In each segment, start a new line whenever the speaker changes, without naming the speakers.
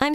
I'm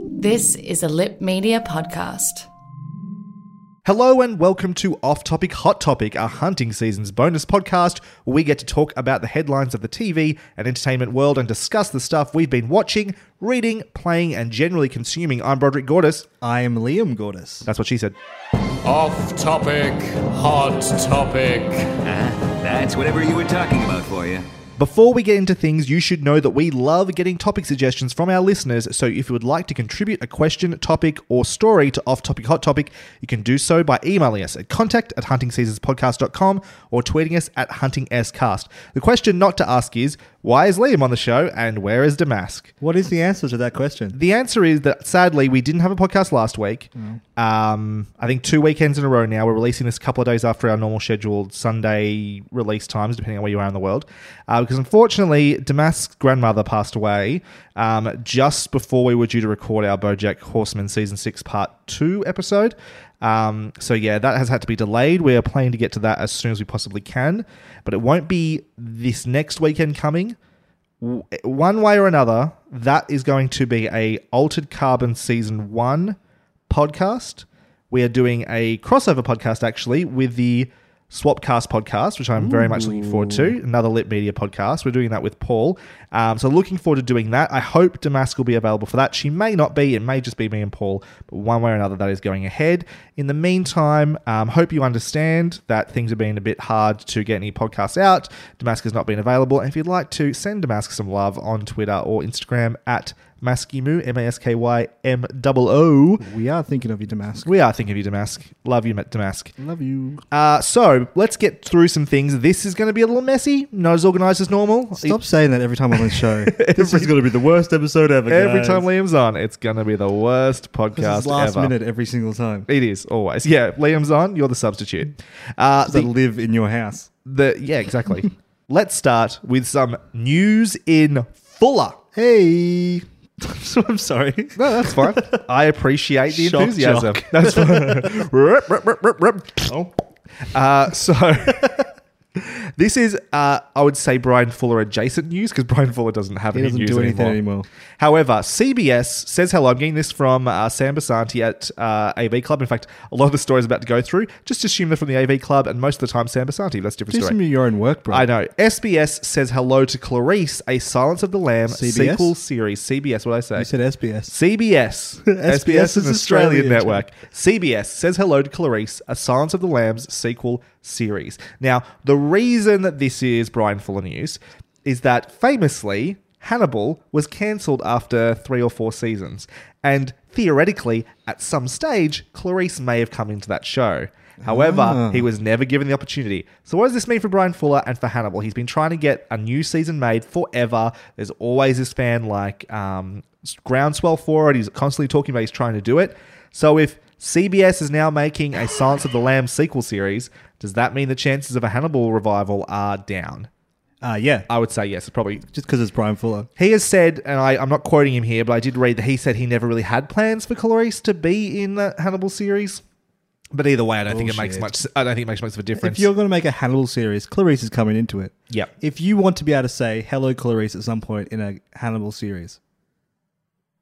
This is a Lip Media podcast.
Hello and welcome to Off Topic Hot Topic, our hunting season's bonus podcast. Where we get to talk about the headlines of the TV and entertainment world and discuss the stuff we've been watching, reading, playing, and generally consuming. I'm Broderick Gordis.
I am Liam Gordis.
That's what she said.
Off topic, hot topic.
That's whatever you were talking about for you.
Before we get into things, you should know that we love getting topic suggestions from our listeners. So if you would like to contribute a question, topic, or story to Off Topic Hot Topic, you can do so by emailing us at contact at huntingseasonspodcast.com or tweeting us at huntingscast. The question not to ask is why is Liam on the show and where is Damask?
What is the answer to that question?
The answer is that sadly we didn't have a podcast last week. Um, I think two weekends in a row now. We're releasing this a couple of days after our normal scheduled Sunday release times, depending on where you are in the world. Uh, because unfortunately, Damask's grandmother passed away um, just before we were due to record our BoJack Horseman season six part two episode. Um, so yeah, that has had to be delayed. We are planning to get to that as soon as we possibly can, but it won't be this next weekend coming one way or another, that is going to be a Altered Carbon Season 1 podcast. We are doing a crossover podcast, actually, with the Swapcast podcast, which I'm very much looking forward to. Another Lit Media podcast. We're doing that with Paul. Um, so looking forward to doing that. I hope Damask will be available for that. She may not be. It may just be me and Paul. But one way or another, that is going ahead. In the meantime, um, hope you understand that things have been a bit hard to get any podcasts out. Damask has not been available. And if you'd like to send Damask some love on Twitter or Instagram at Maskimu, M A S K Y M O O,
We are thinking of you, Damask.
we are thinking of you, Damask. Love you, Damask.
Love you.
Uh, so let's get through some things. This is going to be a little messy, not as organized as normal.
Stop saying that every time I'm on the show. this is going to be the worst episode ever.
Every
guys.
time Liam's on, it's going to be the worst
This
podcast
is last
ever.
minute every single time.
It is always. Yeah, Liam's on. You're the substitute. Uh,
That
the,
live in your house.
the yeah, exactly. let's start with some news in Fuller.
Hey. I'm sorry.
No, that's fine. I appreciate the
Shock Oh.
enthusiasm.
jock.
That's fine. Rup, rup, rup, rup, rup. Uh, so this is, uh, I would say, Brian Fuller adjacent news because Brian Fuller doesn't have
He
any
doesn't
news
do anything
anymore.
anymore.
However, CBS says hello. I'm getting this from uh, Sam Basanti at uh, AV Club. In fact, a lot of the stories I'm about to go through, just assume they're from the AV Club, and most of the time, Sam Basanti. That's a different
Do
story.
some of your own work, bro.
I know. SBS says hello to Clarice, a Silence of the Lamb
CBS?
sequel series. CBS, what I say?
You said SBS.
CBS. SBS
SBS
is
is
an Australian
Australian.
network. CBS says hello to Clarice, a Silence of the Lambs sequel series. Now, the reason that this is Brian Fuller News is that famously, Hannibal was cancelled after three or four seasons. And theoretically, at some stage, Clarice may have come into that show. However, he was never given the opportunity. So, what does this mean for Brian Fuller and for Hannibal? He's been trying to get a new season made forever. There's always this fan like um, groundswell for it. He's constantly talking about he's trying to do it. So, if CBS is now making a Silence of the Lambs sequel series, does that mean the chances of a Hannibal revival are down?
Ah, yeah.
I would say yes. It's probably
Just because it's Brian Fuller.
he has said, and I, I'm not quoting him here, but I did read that he said he never really had plans for Clarice to be in the Hannibal series. But either way, I don't think it makes much. I don't think it makes much of a difference.
If you're going to make a Hannibal series, Clarice is coming into it.
Yep.
If you want to be able to say hello, Clarice, at some point in a Hannibal series,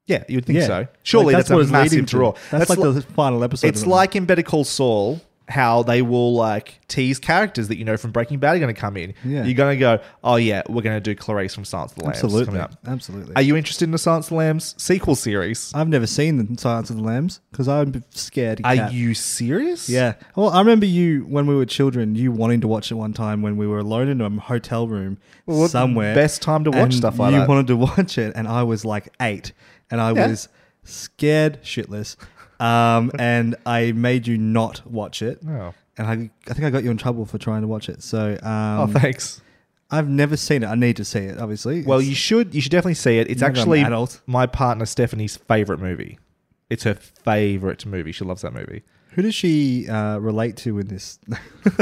yeah, you would think
Yeah.
so.
Like,
Surely that's,
what
a
it's leading
massive
to.
draw.
That's, like
li-
the final episode.
It's
of it.
like in Better Call Saul, how they will like tease characters that you know from Breaking Bad are going to come in.
Yeah.
You're going to go, oh yeah, we're going to do Clarice from Silence of the Lambs
absolutely,
coming up.
absolutely.
Are you interested in the Silence of the Lambs sequel series?
I've never seen the Silence of the Lambs because I'm scared.
Are
cat.
you serious?
Yeah. Well, I remember you when we were children. You wanting to watch it one time when we were alone in a hotel room
what
somewhere.
best time to watch
and
stuff like
you
that?
wanted to watch it, and I was like eight, and I
Yeah.
was scared shitless. Um, and I made you not watch it.
Oh.
And I, I think I got you in trouble for trying to watch it. So, um,
Oh, thanks.
I've never seen it. I need to see it, obviously.
Well,
It's-
you should you should definitely see it. It's
Now that I'm
actually
an adult.
my partner Stephanie's favorite movie. It's her favorite movie. She loves that movie.
who does she uh, relate to in this?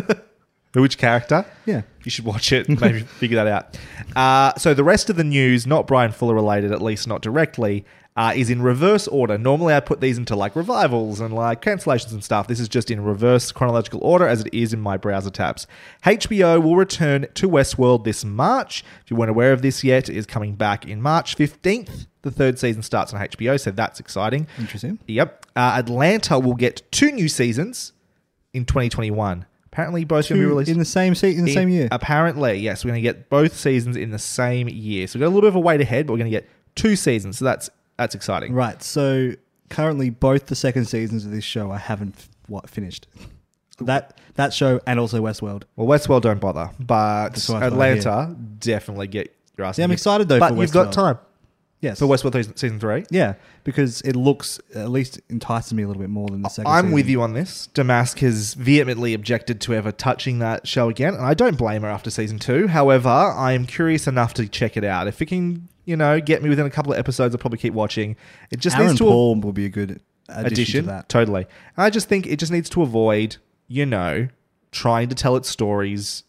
Which character?
Yeah.
You should watch it, maybe figure that out. Uh, so, the rest of the news, not Brian Fuller related, at least not directly, uh, is in reverse order. Normally, I put these into like revivals and like cancellations and stuff. This is just in reverse chronological order as it is in my browser tabs. HBO will return to Westworld this March. If you weren't aware of this yet, it is coming back in March 15th. The third season starts on HBO, so that's exciting.
Interesting.
Yep. Uh, Atlanta will get two new seasons in 2021. Apparently, both going to be
Who-
released
in the same seat in the same year.
Apparently, yes, we're going to get both seasons in the same year. So we've got a little bit of a wait ahead, but we're going to get two seasons. So that's that's exciting.
Right. So currently, both the second seasons of this show I haven't f- what finished. That that show and also Westworld.
Well, Westworld don't bother, but
what I thought,
Atlanta definitely get your ass.
Yeah, I'm
kicked.
excited, though,
But
for
you've got
Westworld.
time
Yes.
for Westworld season- season three.
Yeah, because it looks at least entices me a little bit more than the second.
I'm
season.
with you on this. Damask has vehemently objected to ever touching that show again, and I don't blame her after season two. However, I am curious enough to check it out. If it can, you know, get me within a couple of episodes, I'll probably keep watching. It just
Aaron
needs to
Paul will be a good addition,
addition.
to that.
Totally. And I just think it just needs to avoid, you know, trying to tell its stories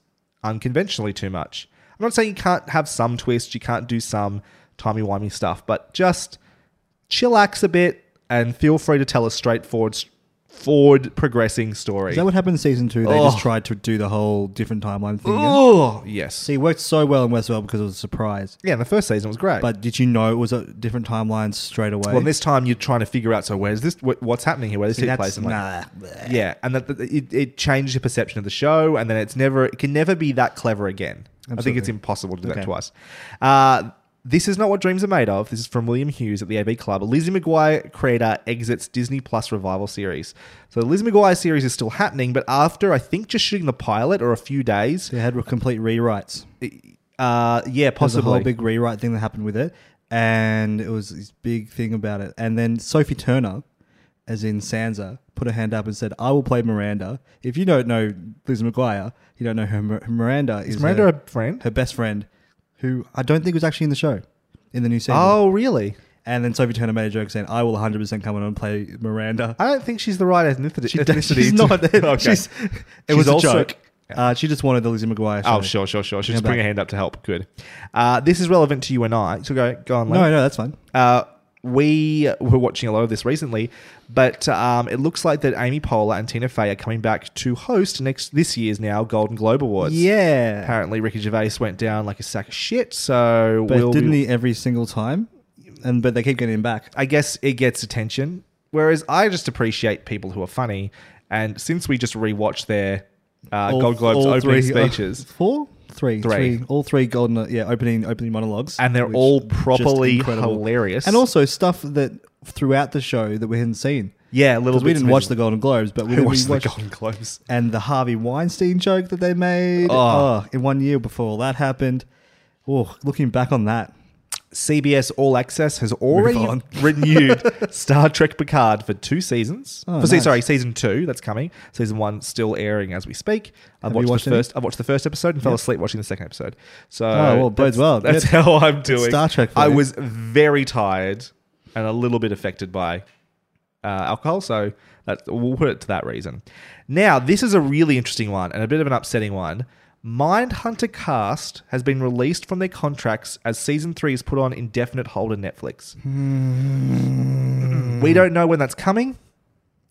unconventionally too much. I'm not saying you can't have some twists, you can't do some timey-wimey stuff, but just chillax a bit and feel free to tell a straightforward, forward progressing story.
Is that what happened in season two? They
Oh.
just tried to do the whole different timeline thing. again.
oh, yes.
See, it worked so well in Westworld because it was a surprise.
Yeah, the first season was great.
But did you know it was a different timeline straight away?
well, this time you're trying to figure out so where's this wh- what's happening here? Where this
See,
take
that's-
place? And like,
nah.
yeah, and that, that it, it changed the perception of the show, and then it's never it can never be that clever again. I think it's impossible to do that
Okay.
twice. Uh, this is not what dreams are made of. This is from William Hughes at the AB Club. Lizzie McGuire creator exits Disney Plus revival series. So the Lizzie McGuire series is still happening, but after I think just shooting the pilot or a few days,
They had complete rewrites.
uh, yeah,
There's a
possibly
whole big rewrite thing that happened with it, and it was this big thing about it. And then Sophie Turner, as in Sansa, put her hand up and said, "I will play Miranda." If you don't know Liz McGuire, you don't know her. Mir- Miranda is,
Miranda
her,
a friend?
her best friend, who I don't think was actually in the show, in the new season.
Oh, really?
and then Sophie Turner made a joke saying, "I will 100 percent come on and play Miranda."
I don't think she's the right ethnicity. ethnicity
she's
to-
not.
Okay.
She's, it
She's
was a
also-
joke. Uh, she just wanted the Lizzie McGuire.
Oh,
show.
sure, sure, sure. She'll just
Yeah,
bring
but-
her hand up to help. Good. Uh, this is relevant to you and I. So go, go on. Len.
No, no, that's fine.
Uh, we were watching a lot of this recently, but um, it looks like that Amy Poehler and Tina Fey are coming back to host next this year's now Golden Globe Awards.
yeah.
Apparently, Ricky Gervais went down like a sack of shit. So
But
we'll
didn't
be-
he every single time? And but they keep getting him back.
I guess it gets attention. Whereas I just appreciate people who are funny. And since we just rewatched their uh,
All-
Gold Globes
all
opening
three-
speeches,
four, three,
Three.
three, all three golden, uh, yeah, opening opening monologues,
and they're
which
all
are just
properly
incredible.
hilarious.
and also stuff that throughout the show that we hadn't seen.
yeah, little
'Cause we
bits
didn't
and
watch
pieces.
the Golden Globes, but we,
Who
we
watched
watched
the Golden Globes?
and the Harvey Weinstein joke that they made.
Oh.
Oh, in one year before all that happened. Oh, looking back on that,
CBS All Access has already
on.
renewed Star Trek Picard for two seasons.
Oh,
for se-
nice.
sorry, season two that's coming. Season one still airing as we speak. I
Have
watched,
you watched
the
any?
first. I watched the first episode and fell asleep watching the second episode. So
Oh, well,
that's-
bodes well.
That's
Good.
how I'm doing.
Star Trek for
I
you.
was very tired and a little bit affected by uh, alcohol. So that, we'll put it to that reason. Now, this is a really interesting one and a bit of an upsetting one. Mindhunter Cast has been released from their contracts as season three is put on indefinite hold on Netflix.
Mm.
We don't know when that's coming,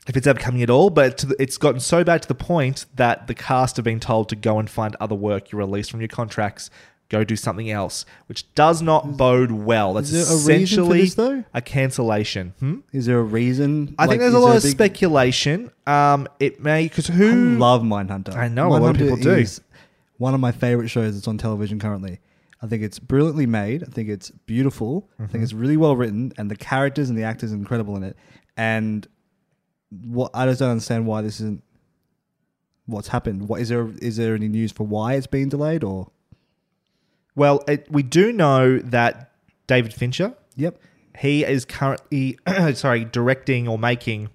if it's ever coming at all, but to the- it's gotten so bad to the point that the cast have been told to go and find other work. You're released from your contracts. Go do something else, which does not bode well. That's
there a reason for
essentially
this, though?
a cancellation. Hmm?
is there a reason?
I
Like,
think there's
is
a
there
lot of
big-
speculation. Um, it may because
I
who
love Mindhunter.
I know, a lot of people do.
one of my favorite shows that's on television currently. I think it's brilliantly made. I think it's beautiful. I think
Mm-hmm.
it's really well written, and the characters and the actors are incredible in it. And what I just don't understand why this isn't what's happened. What is there? Is there any news for why it's being delayed? Or
Well, it, we do know that David Fincher,
yep,
he is currently sorry directing or making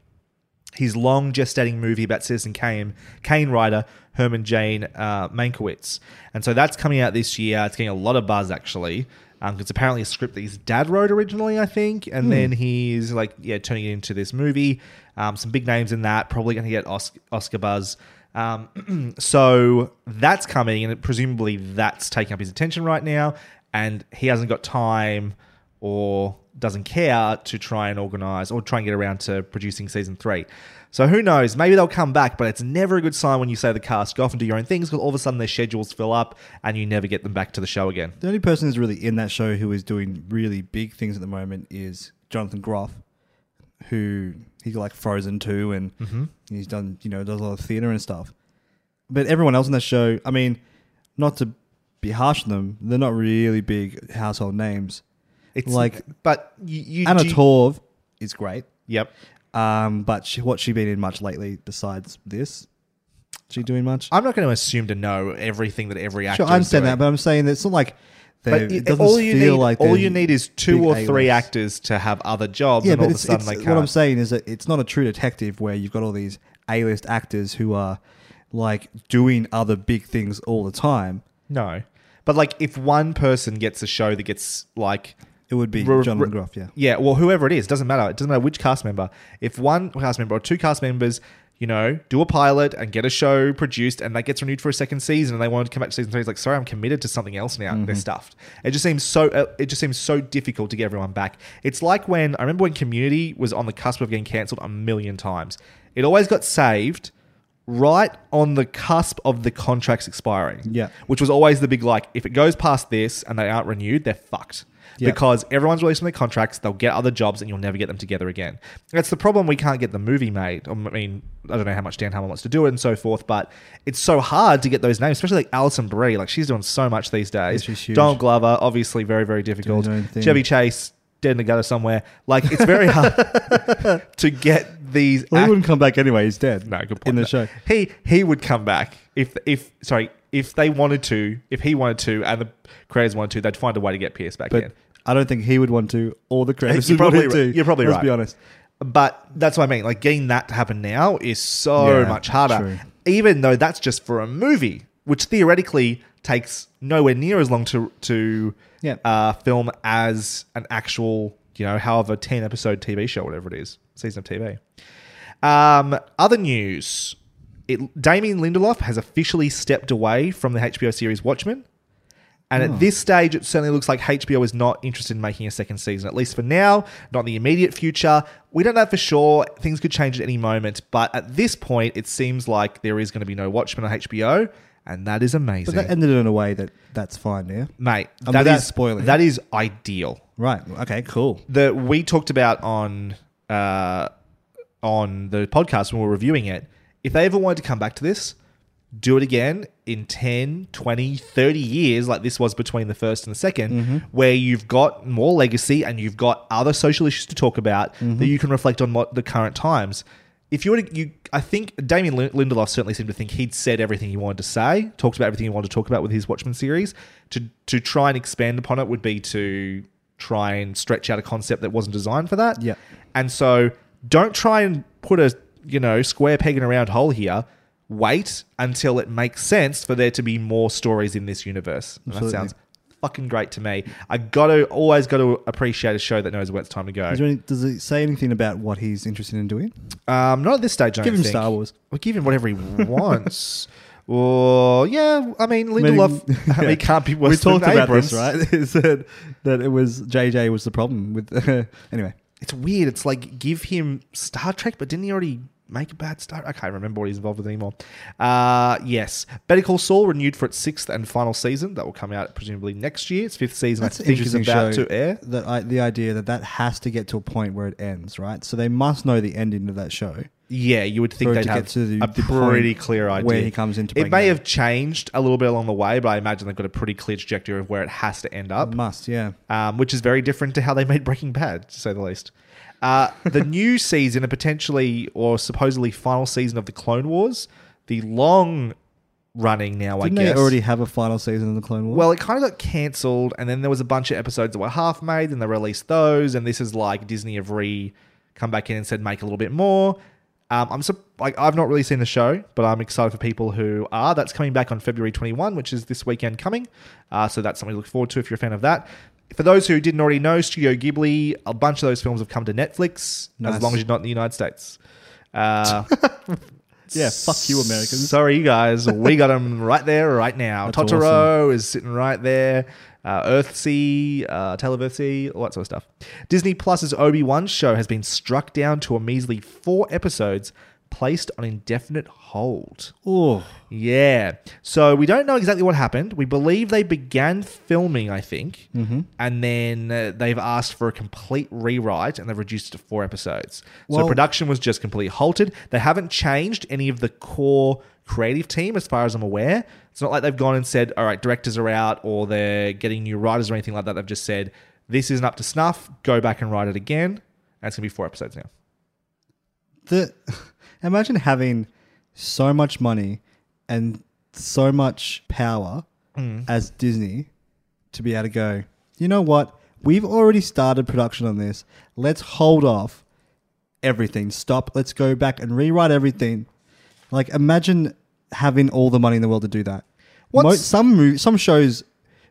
his long gestating movie about Citizen Kane, Kane writer Herman Jane uh, Mankiewicz. And so that's coming out this year. It's getting a lot of buzz actually. Um, 'cause it's apparently a script that his dad wrote originally, I think, and then he's like, yeah, turning it into this movie. Um, some big names in that, probably going to get Osc- Oscar buzz. Um, so that's coming, and presumably that's taking up his attention right now, and he hasn't got time or doesn't care to try and organize or try and get around to producing season three. So who knows? Maybe they'll come back, but it's never a good sign when you say to the cast go off and do your own things because all of a sudden their schedules fill up and you never get them back to the show again.
The only person who's really in that show who is doing really big things at the moment is Jonathan Groff, who he got like Frozen too, and
Mm-hmm.
he's done you know does a lot of theater and stuff. But everyone else in that show, I mean, not to be harsh on them, they're not really big household names.
It's
Like-
but you, you
Anna
do-
Torv is great,
Yep.
um, but she, what's she been in much lately besides this? She doing much?
I'm not going to assume to know everything that every actor.
Sure, I
is
understand
doing.
that, but I'm saying it's not like they,
But
it
it-
doesn't
all you
feel
need,
like
all
they're
you need is two
big
or three
A-list.
actors to have other jobs,
Yeah,
and
but
all of a
it's,
sudden ah,
it's-
they can't.
what I'm saying is that it's not a true detective where you've got all these A-list actors who are like doing other big things all the time.
No, but like if one person gets a show that gets like.
It would be
re-
Jonathan
re-
Groff, yeah.
Yeah, well, whoever it is, doesn't matter. It doesn't matter which cast member. If one cast member or two cast members, you know, do a pilot and get a show produced and that gets renewed for a second season and they want to come back to season three, it's like, sorry, I'm committed to something else now. They're stuffed. It just seems so, uh, it just seems so difficult to get everyone back. It's like when, I remember when Community was on the cusp of getting cancelled a million times. It always got saved right on the cusp of the contracts expiring.
Yeah.
Which was always the big like, if it goes past this and they aren't renewed, they're fucked.
Yeah.
Because everyone's released from their contracts, they'll get other jobs and you'll never get them together again. That's the problem. We can't get the movie made. I mean, I don't know how much Dan Harmon wants to do it and so forth, but it's so hard to get those names, especially like Alison Brie. Like, she's doing so much these days.
she's huge.
Donald Glover, obviously, very, very difficult.
Doing her own thing.
Chevy Chase, dead in the gutter somewhere. Like, it's very hard to get these.
Well, he
act-
wouldn't come back anyway. He's dead.
no, good point.
In the
No.
show,
he he would come back if if sorry if they wanted to, if he wanted to, and the creators wanted to, they'd find a way to get Pierce back
but
in.
I don't think he would want to, or the creators
You're
would
probably
want
right.
to.
You're probably
Let's
right.
be honest.
But that's what I mean. Like getting that to happen now is so
Yeah,
much harder,
true.
even though that's just for a movie, which theoretically takes nowhere near as long to to
Yeah.
uh, film as an actual you know however ten episode TV show, whatever it is, season of TV. Um, other news. It, Damien Lindelof has officially stepped away from the HBO series Watchmen. And
Hmm.
at this stage, it certainly looks like HBO is not interested in making a second season, at least for now, not in the immediate future. We don't know for sure. Things could change at any moment. But at this point, it seems like there is going to be no Watchmen on HBO. And that is amazing.
But that ended in a way that that's fine. Yeah.
Mate,
And
that
without
is,
spoiling.
that is ideal
Right. Okay. Cool.
that we talked about on uh, on the podcast when we were reviewing it if they ever wanted to come back to this do it again in 10 20 30 years like this was between the first and the 2nd where you've got more legacy and you've got other social issues to talk about that you can reflect on what the current times if you were to, you i think damien Lin- lindelof certainly seemed to think he'd said everything he wanted to say talked about everything he wanted to talk about with his watchmen series to to try and expand upon it would be to try and stretch out a concept that wasn't designed for that
Yeah.
and so don't try and put a, you know, square peg in a round hole here. Wait until it makes sense for there to be more stories in this universe. And that
Absolutely.
sounds fucking great to me. I gotta always gotta appreciate a show that knows where it's time to go.
Is there any, does it say anything about what he's interested in doing?
Um, not at this stage. I
Give
don't
him
think.
Star Wars.
Well, give him whatever he wants. Or yeah, I mean Lindelof. I mean, he can't be worse
we talked
than
about
Abrams.
this, right? It said that it was JJ was the problem with. anyway,
It's weird. It's like give him Star Trek, but didn't he already make a bad Star? I can't remember what he's involved with anymore. Uh, yes, Better Call Saul renewed for its sixth and final season. That will come out presumably next year. Its fifth season,
That's
I
an
think, is
interesting
about
show,
to air.
That I, the idea that that has to get to a point where it ends, right? So they must know the ending of that show.
Yeah, you would think
For it
they'd
to
have
get to the-
a
the
pretty
point
clear idea
where he comes into
It
breaking
may
it.
have changed a little bit along the way, but I imagine they've got a pretty clear trajectory of where it has to end up.
It must, yeah.
um, which is very different to how they made Breaking Bad, to say the least. Uh, the new season, a potentially or supposedly final season of the Clone Wars, the long running now,
Didn't
I
they
guess.
already have a final season of the Clone Wars?
well, it kind of got cancelled, and then there was a bunch of episodes that were half made, and they released those, and this is like Disney have re come back in and said make a little bit more. Um, I'm sup- like I've not really seen the show, but I'm excited for people who are. That's coming back on February 21, which is this weekend coming. Uh, so that's something to look forward to if you're a fan of that. For those who didn't already know, Studio Ghibli, a bunch of those films have come to Netflix, as
Nice.
long as you're not in the United States. Uh,
Yeah, fuck you, Americans.
Sorry, you guys. We got them right there, right now.
That's
Totoro is sitting right there. Uh, Earthsea, uh, Tale of Earthsea, all that sort of stuff. Disney Plus's Obi Wan show has been struck down to a measly four episodes, placed on indefinite hold.
Oh,
Yeah. So we don't know exactly what happened. We believe they began filming, I think, and then uh, they've asked for a complete rewrite and they've reduced it to four episodes. so
Well-
production was just completely halted. They haven't changed any of the core creative team, as far as I'm aware. It's not like they've gone and said, all right, directors are out or they're getting new writers or anything like that. They've just said, this isn't up to snuff. Go back and write it again. And it's going to be four episodes now.
the imagine having so much money and so much power
Hmm.
as Disney to be able to go. You know what? We've already started production on this. Let's hold off everything. Stop. Let's go back and rewrite everything. Like imagine having all the money in the world to do that. Mo-
What's-
some mov- some shows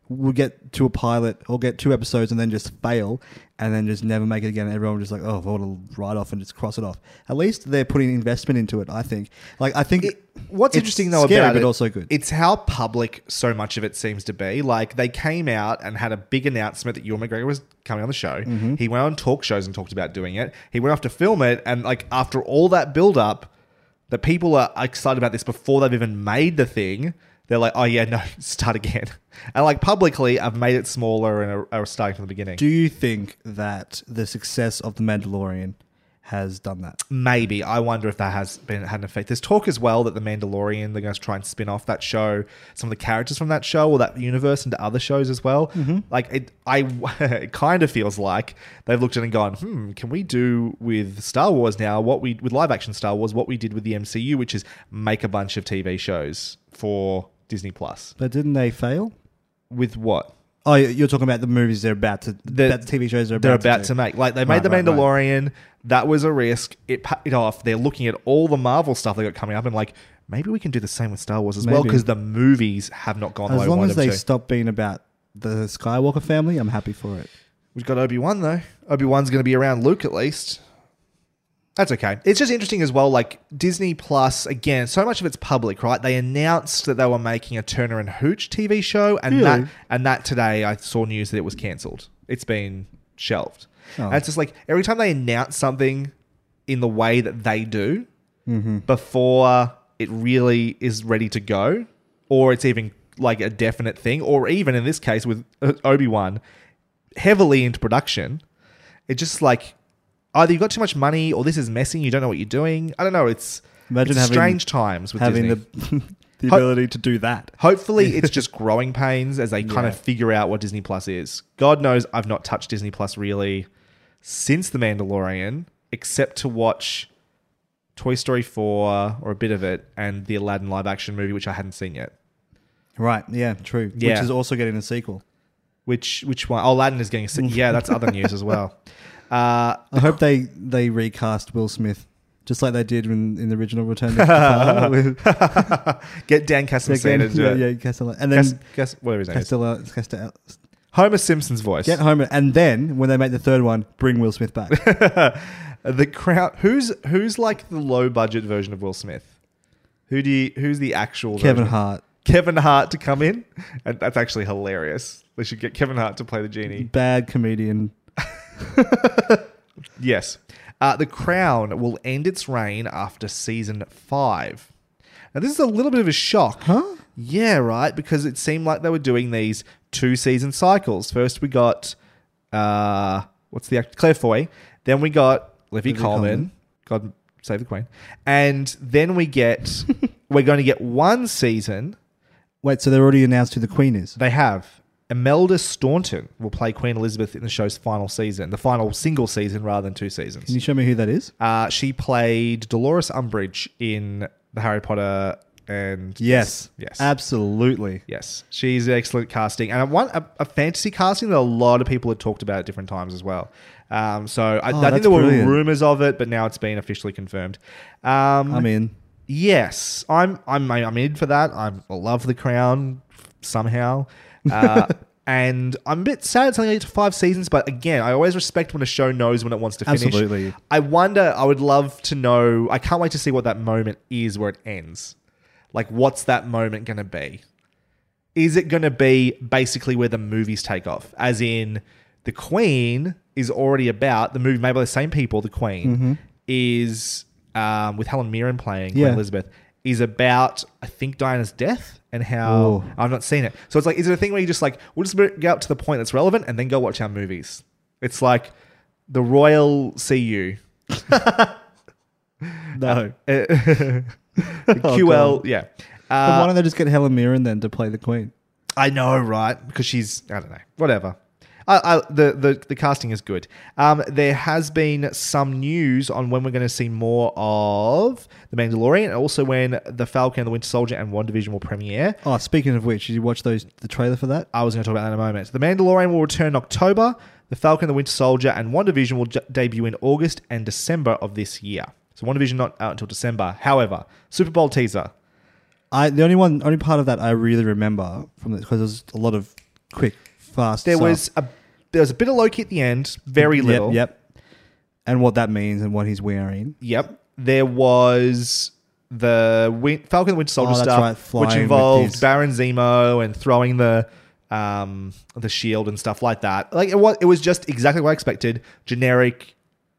will get to a pilot or get two episodes and then just fail and then just never make it again. And everyone just like, oh, I want to write off and just cross it off. At least they're putting investment into it. I think. Like I think
It- what's
it's
interesting though
scary,
about
but
it,
also good.
It's how public so much of it seems to be. Like they came out and had a big announcement that Ewan McGregor was coming on the show.
Mm-hmm.
He went on talk shows and talked about doing it. He went off to film it, and like after all that build up, the people are excited about this before they've even made the thing. They're like, oh yeah, no, start again. And like publicly, I've made it smaller and are, are starting from the beginning.
Do you think that the success of The Mandalorian has done that?
maybe I wonder if that has been had an effect. There's talk as well that the Mandalorian they're going to try and spin off that show, some of the characters from that show or that universe into other shows as well. Like it, I it kind of feels like they've looked at it and gone, hmm, can we do with Star Wars now what we with live action Star Wars what we did with the MCU, which is make a bunch of TV shows for Disney Plus
But didn't they fail?
with what
Oh, you- you're talking about the movies they're about to,
The-
about the TV shows they're about,
they're about
do.
to make. Like they made
Right,
the
right, right.
Mandalorian. That was a risk. It paid off. They're looking at all the Marvel stuff they got coming up and like maybe we can do the same with Star Wars as well
Maybe.
because the movies have not gone the way
As
we
long
wanted
as
them
they
to.
stop being about the Skywalker family, I'm happy for it.
We've got Obi Wan though. Obi Wan's going to be around Luke at least. That's okay. It's just interesting as well. Like Disney Plus, again, so much of it's public, right? They announced that they were making a Turner and Hooch TV show, and that
Really?
and that today I saw news that it was cancelled. It's been shelved.
Oh.
And it's just like every time they announce something in the way that they do, before it really is ready to go, or it's even like a definite thing, or even in this case with Obi Wan, heavily into production. It's just like either you've got too much money, or this is messy. You don't know what you're doing. I don't know. It's,
Imagine
it's
having-
strange times with
Having
Disney.
the the ability to do that.
Hopefully, it's just growing pains as they kind of figure out what Disney Plus is. God knows I've not touched Disney Plus really since The Mandalorian, except to watch Toy Story 4 or a bit of it and the Aladdin live action movie, which I hadn't seen yet.
Right? Yeah, true.
Yeah.
Which is also getting a sequel.
Which which one? Oh, Aladdin is getting. A, yeah, that's other news as well. Uh,
I hope they they recast Will Smith just like they did in, in the original Return to Castella. Uh, with-
get Dan Castellaneta to do
yeah,
it.
yeah, Castella, and then
Cas- Cas- whatever his name is.
Castella, Castella,
Homer Simpson's voice.
get home, and then when they make the third one, bring Will Smith back.
The crowd. Who's who's like the low budget version of Will Smith? Who do you? Who's the actual
Kevin
version?
Hart,
Kevin Hart to come in, and that's actually hilarious. They should get Kevin Hart to play the genie.
bad comedian.
Yes, uh, The Crown will end its reign after season five. Now this is a little bit of a shock, huh? Yeah, right. Because it seemed like they were doing these two season cycles. First we got uh, what's the act? Claire Foy. Then we got Livy Coleman. God save the Queen. And then we get we're going to get one season
Wait, so they already announced who the queen is?
They have. Imelda Staunton will play Queen Elizabeth in the show's final season, the final single season rather than two
Can you
seasons.
show me who that is?
Uh, she played Dolores Umbridge in the Harry Potter and
Yes.
Yes.
Absolutely.
Yes, she's excellent casting, and I want a, a fantasy casting that a lot of people had talked about at different times as well. Um, so I, I think
Oh, that's
there were
brilliant.
rumors of it, but now it's been officially confirmed. Um,
I'm in.
yes, I'm I'm I'm in for that. I'm, I love the crown somehow, uh, and I'm a bit sad it's only to five seasons. But again, I always respect when a show knows when it wants to finish.
Absolutely.
I wonder. I would love to know. I can't wait to see what that moment is where it ends. Like, what's that moment going to be? Is it going to be basically where the movies take off? As in, the Queen is already about the movie made by the same people. The Queen is um, with Helen Mirren playing Queen
Mm-hmm. Yeah.
Elizabeth. Is about I think Diana's death and how
Ooh.
I've not seen it. So it's like, is it a thing where you just like we'll just get up to the point that's relevant and then go watch our movies? It's like the royal see you
No. Oh,
QL. Uh, Yeah,
But why don't they just get Helen Mirren then to play the Queen?
I know, right? Because she's I don't know, whatever. I, I, the, the the casting is good. Um, there has been some news on when we're going to see more of the Mandalorian, and also when the Falcon, the Winter Soldier, and One Division will premiere.
Oh, speaking of which, did you watch those the trailer for that?
I was going to talk about that in a moment. The Mandalorian will return in October. The Falcon, the Winter Soldier, and WandaVision will j- debut in August and December of this year. So WandaVision not out until December. However, Super Bowl teaser.
I the only one only part of that I really remember from this because there's a lot of quick, fast.
There
stuff.
was a there was a bit of Loki at the end, very
Yep,
little.
Yep, And what that means and what he's wearing.
Yep. There was the Win- Falcon and the Winter Soldier
Oh, that's
stuff,
right, flying
which
with
involved
his-
Baron Zemo and throwing the um, the shield and stuff like that. Like it was, it was just exactly what I expected. Generic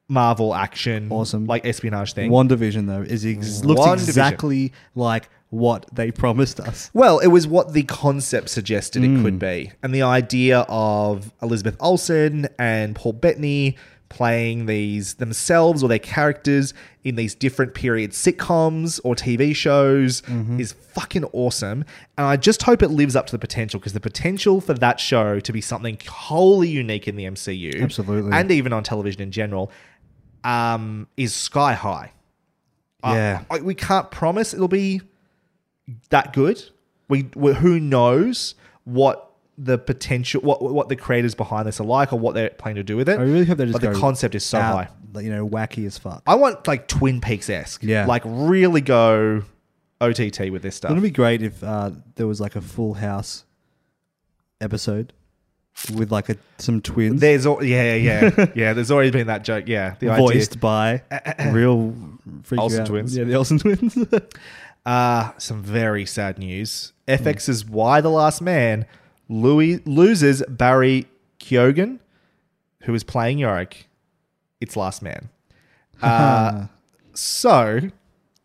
Marvel action,
Awesome.
like espionage thing.
One division though is ex- looks
WandaVision.
exactly like what they promised us.
Well, it was what the concept suggested it could be. And the idea of Elizabeth Olsen and Paul Bettany playing these themselves or their characters in these different period sitcoms or TV shows is fucking awesome. And I just hope it lives up to the potential because the potential for that show to be something wholly unique in the MCU.
Absolutely.
And even on television in general um, is sky high. I-
Yeah.
I- we can't promise it'll be that good. We, we who knows what the potential, what what the creators behind this are like, or what they're planning to do with it.
I really hope they just
but the
go
concept is so
out,
high.
like, you know, wacky as fuck.
I want like Twin Peaks esque,
Yeah.
like really go OTT with this stuff.
Wouldn't it be great if uh, there was like a Full House episode with like a, some twins
there's al- yeah yeah yeah yeah. There's already been that joke. Yeah, the
voiced by real freak you
Olsen
out.
twins.
Yeah, the Olsen twins.
Uh, some very sad news. FX's Why the Last Man Louis loses Barry Keoghan, who is playing Yorick. It's Last Man. Uh, so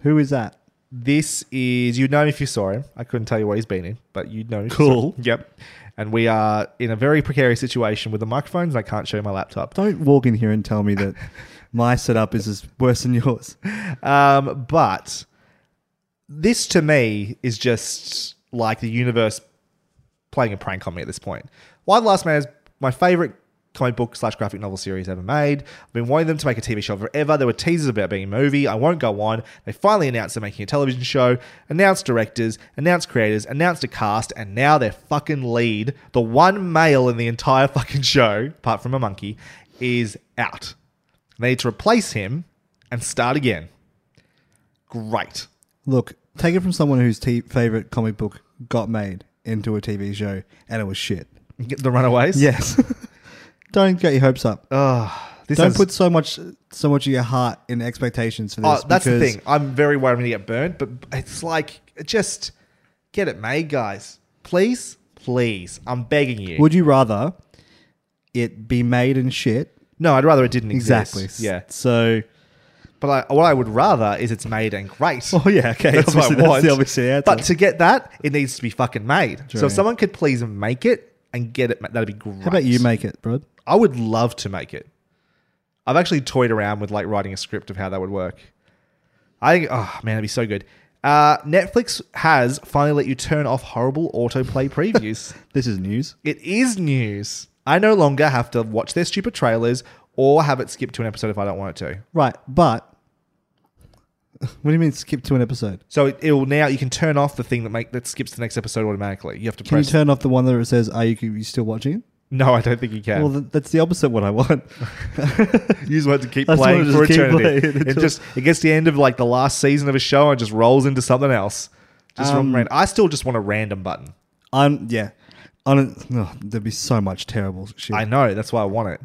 Who is that?
this is you'd know him if you saw him. I couldn't tell you what he's been in, but you'd know. if you
Cool.
saw him. Yep. And we are in a very precarious situation with the microphones. I can't show you my laptop.
Don't walk in here and tell me that my setup is as worse than yours.
Um, but this to me is just like the universe playing a prank on me at this point. Why the Last Man is my favorite comic book slash graphic novel series ever made. I've been wanting them to make a TV show forever. There were teasers about being a movie. I won't go on. They finally announced they're making a television show, announced directors, announced creators, announced a cast, and now their fucking lead, the one male in the entire fucking show, apart from a monkey, is out. They need to replace him and start again. Great.
Look, take it from someone whose t- favorite comic book got made into a TV show and it was shit.
The Runaways.
Yes. Don't get your hopes up.
This
Don't
has-
put so much so much of your heart in expectations for
Oh,
this.
that's the
because
thing. I'm very worried I'm going to get burned, but it's like just get it made, guys. Please, please. I'm begging you.
Would you rather it be made in shit?
no, I'd rather it didn't exist.
Exactly.
Yeah.
So.
But I, what I would rather is it's made and great.
Oh yeah. Okay.
That's what I
obviously, that's
want.
the obvious answer.
But to get that, it needs to be fucking made. So
True.
if someone could please make it and get it, ma- that'd be great.
how about you make it, bro?
I would love to make it. I've actually toyed around with like writing a script of how that would work. I think, oh man, that'd be so good. Uh, Netflix has finally let you turn off horrible autoplay previews.
This is news.
it is news. I no longer have to watch their stupid trailers or have it skip to an episode if I don't want it to.
Right, but What do you mean skip to an episode?
So it, it'll now you can turn off the thing that make that skips the next episode automatically. You have to
Can you
press.
turn off the one that it says, "Are you, you still watching it?"
no, I don't think you can.
Well, th- that's the opposite of what I want.
You just want to keep
I just
playing
wanna
for
just keep
eternity.
playing
It
until-
just it gets to the end of like the last season of a show and just rolls into something else. Just
Um,
from ran- I still just want a random button.
I'm yeah. I don't. No, there'd be so much terrible shit.
I know that's why I want it.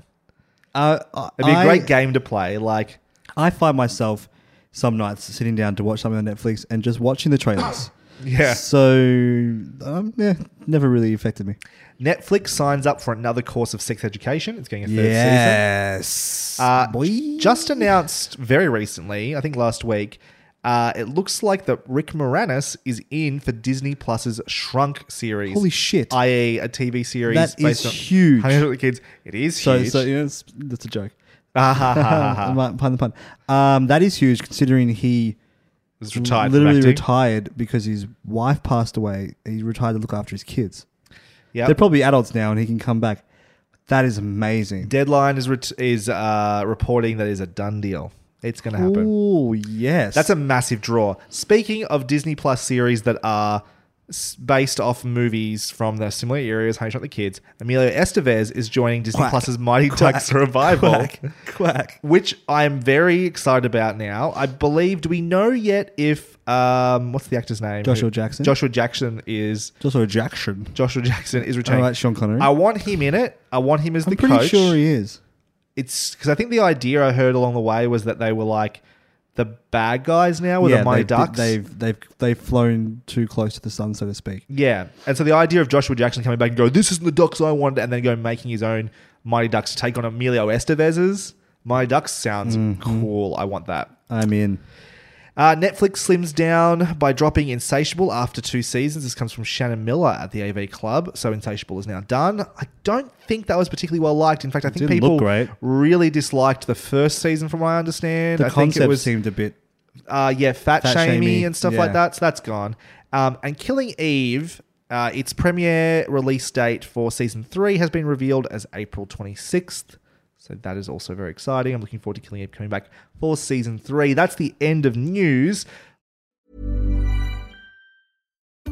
uh, I-
It'd be a
I-
great game to play. Like
I find myself some nights sitting down to watch something on Netflix and just watching the trailers.
yeah,
So um, yeah, never really affected me.
Netflix signs up for another course of sex education. It's getting a third season.
Yes.
Uh,
Boy.
Just announced very recently, I think last week. Uh, it looks like that Rick Moranis is in for Disney Plus's Shrunk series.
Holy shit.
I.e., a TV series
That
based
is
on
huge.
Honey I Shrunk the Kids. It is
so
huge.
so you know, it's, that's a joke.
Ah, ha, ha, ha, ha.
Pun pun the pun. Um, that is huge considering he
was retired.
literally
from acting.
retired because his wife passed away. He retired to look after his kids.
Yep.
They're probably adults now, and he can come back. That is amazing.
Deadline is ret- is uh, reporting that is a done deal. It's going to happen.
Oh yes,
That's a massive draw. Speaking of Disney Plus series that are s- based off movies from the similar areas, Honey I Shrunk the Kids, Emilio Estevez is joining Disney
Quack.
Plus's Mighty Ducks revival.
quack, quack.
Which I am very excited about now. I believe, do we know yet if, um, what's the actor's name?
Joshua
Who-
Jackson?
Joshua Jackson is,
Just a rejection.
Joshua Jackson is returning.
All right, Sean Connery.
I want him in it. I want him as
I'm
the
pretty
coach
sure he is.
it's because I think the idea I heard along the way was that they were like the bad guys now with the Mighty
they've,
Ducks.
They've they've they've flown too close to the sun, so to speak.
yeah, and so the idea of Joshua Jackson coming back and go, "This isn't the Ducks I wanted," and then go making his own Mighty Ducks to take on Emilio Estevez's Mighty Ducks sounds
Mm-hmm.
cool. I want that.
I'm in.
Uh, Netflix slims down by dropping Insatiable after two seasons. This comes from Shannon Miller at the AV Club. So Insatiable is now done. I don't think that was particularly well liked. In fact, I think
didn't
people
look great.
really disliked the first season, from what I understand.
The
I think
concept
it was
seemed a bit.
uh, yeah, fat,
Fat
shamey
Shamey,
and stuff
yeah.
like that. So that's gone. Um, and Killing Eve, uh, its premiere release date for season three has been revealed as April 26th. So that is also very exciting. I'm looking forward to Killing Eve coming back for season three. That's the end of news.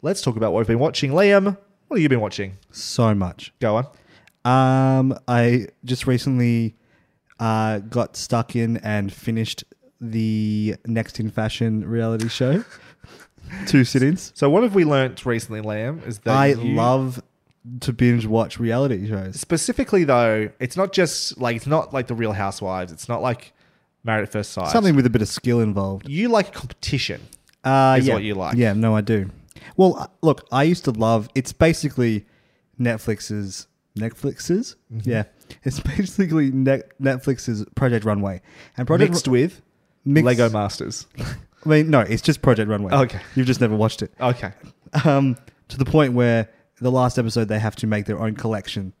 Let's talk about what we've been watching. Liam, what have you been watching?
So much.
Go on.
Um, I just recently uh, got stuck in and finished the Next in Fashion reality show. Two sittings.
So, what have we learnt recently, Liam? Is that
I
you-
love to binge watch reality shows.
specifically though. It's not just like it's not like the Real Housewives. It's not like Married at First Sight.
Something with a bit of skill involved.
you like competition.
Uh,
is
yeah.
what you like.
Yeah, no, I do. Well, uh, look, I used to love. It's basically Netflix's Netflix's.
Mm-hmm.
Yeah, it's basically Net, Netflix's Project Runway and Project
mixed
Ru-
with
mixed-
Lego Masters.
I mean, no, it's just Project Runway.
Okay.
you've just never watched it.
Okay.
Um, to the point where the last episode they have to make their own collection.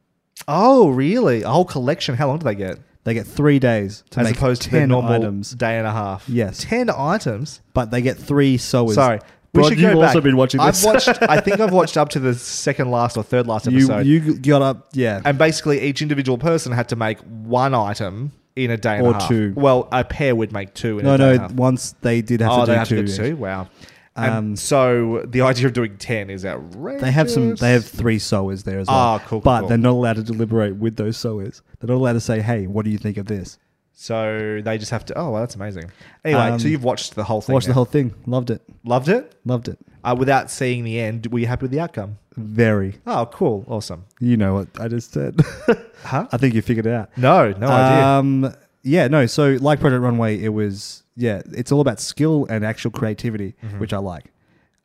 Oh, really? A whole collection. How long do they get?
They get three days to
As
make
opposed to
ten
their normal
items,
day and a half.
Yes.
Ten items.
but they get three sewers.
Sorry.
Rod, you've also been watching this.
I've watched. I think I've watched up to the second last or third last
you
episode.
you got up, yeah.
and basically, each individual person had to make one item in a day and
Or
a half.
two.
Well, a pair would make two. In
no,
a day
no.
and a half.
Once they did have
oh,
to
they
do
have
two. Um,
to do two. Wow. And so the idea of doing ten is outrageous.
They have some. They have three sewers there as well.
Ah, cool, cool,
But
cool.
they're not allowed to deliberate with those sewers. They're not allowed to say, "Hey, what do you think of this?"
So they just have to. Oh, well, that's amazing. Anyway,
Um,
so you've watched the whole thing.
Watched the
now.
whole thing. Loved it.
Loved it.
Loved it.
Uh, without seeing the end, were you happy with the outcome?
Very.
Oh, cool. Awesome.
You know what I just said. huh? I think you figured it out.
No, no idea.
Um, yeah, no. So like Project Runway, it was yeah, it's all about skill and actual creativity,
Mm-hmm.
which I like,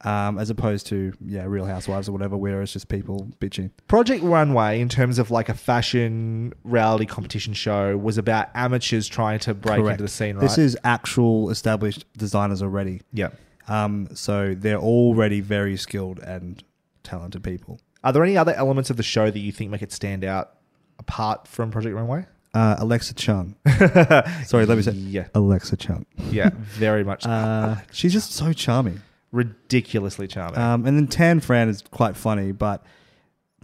um, as opposed to yeah, Real Housewives or whatever, where it's just people bitching.
Project Runway, in terms of like a fashion reality competition show, was about amateurs trying to break into the scene, right?
This is actual established designers already.
yeah.
Um, so they're already very skilled and talented people.
Are there any other elements of the show that you think make it stand out apart from Project Runway?
Uh, Alexa Chung. Sorry, let me say.
Yeah.
Alexa Chung.
Yeah, very much.
Uh, she's just so charming.
ridiculously charming.
Um, and then Tan Fran is quite funny, but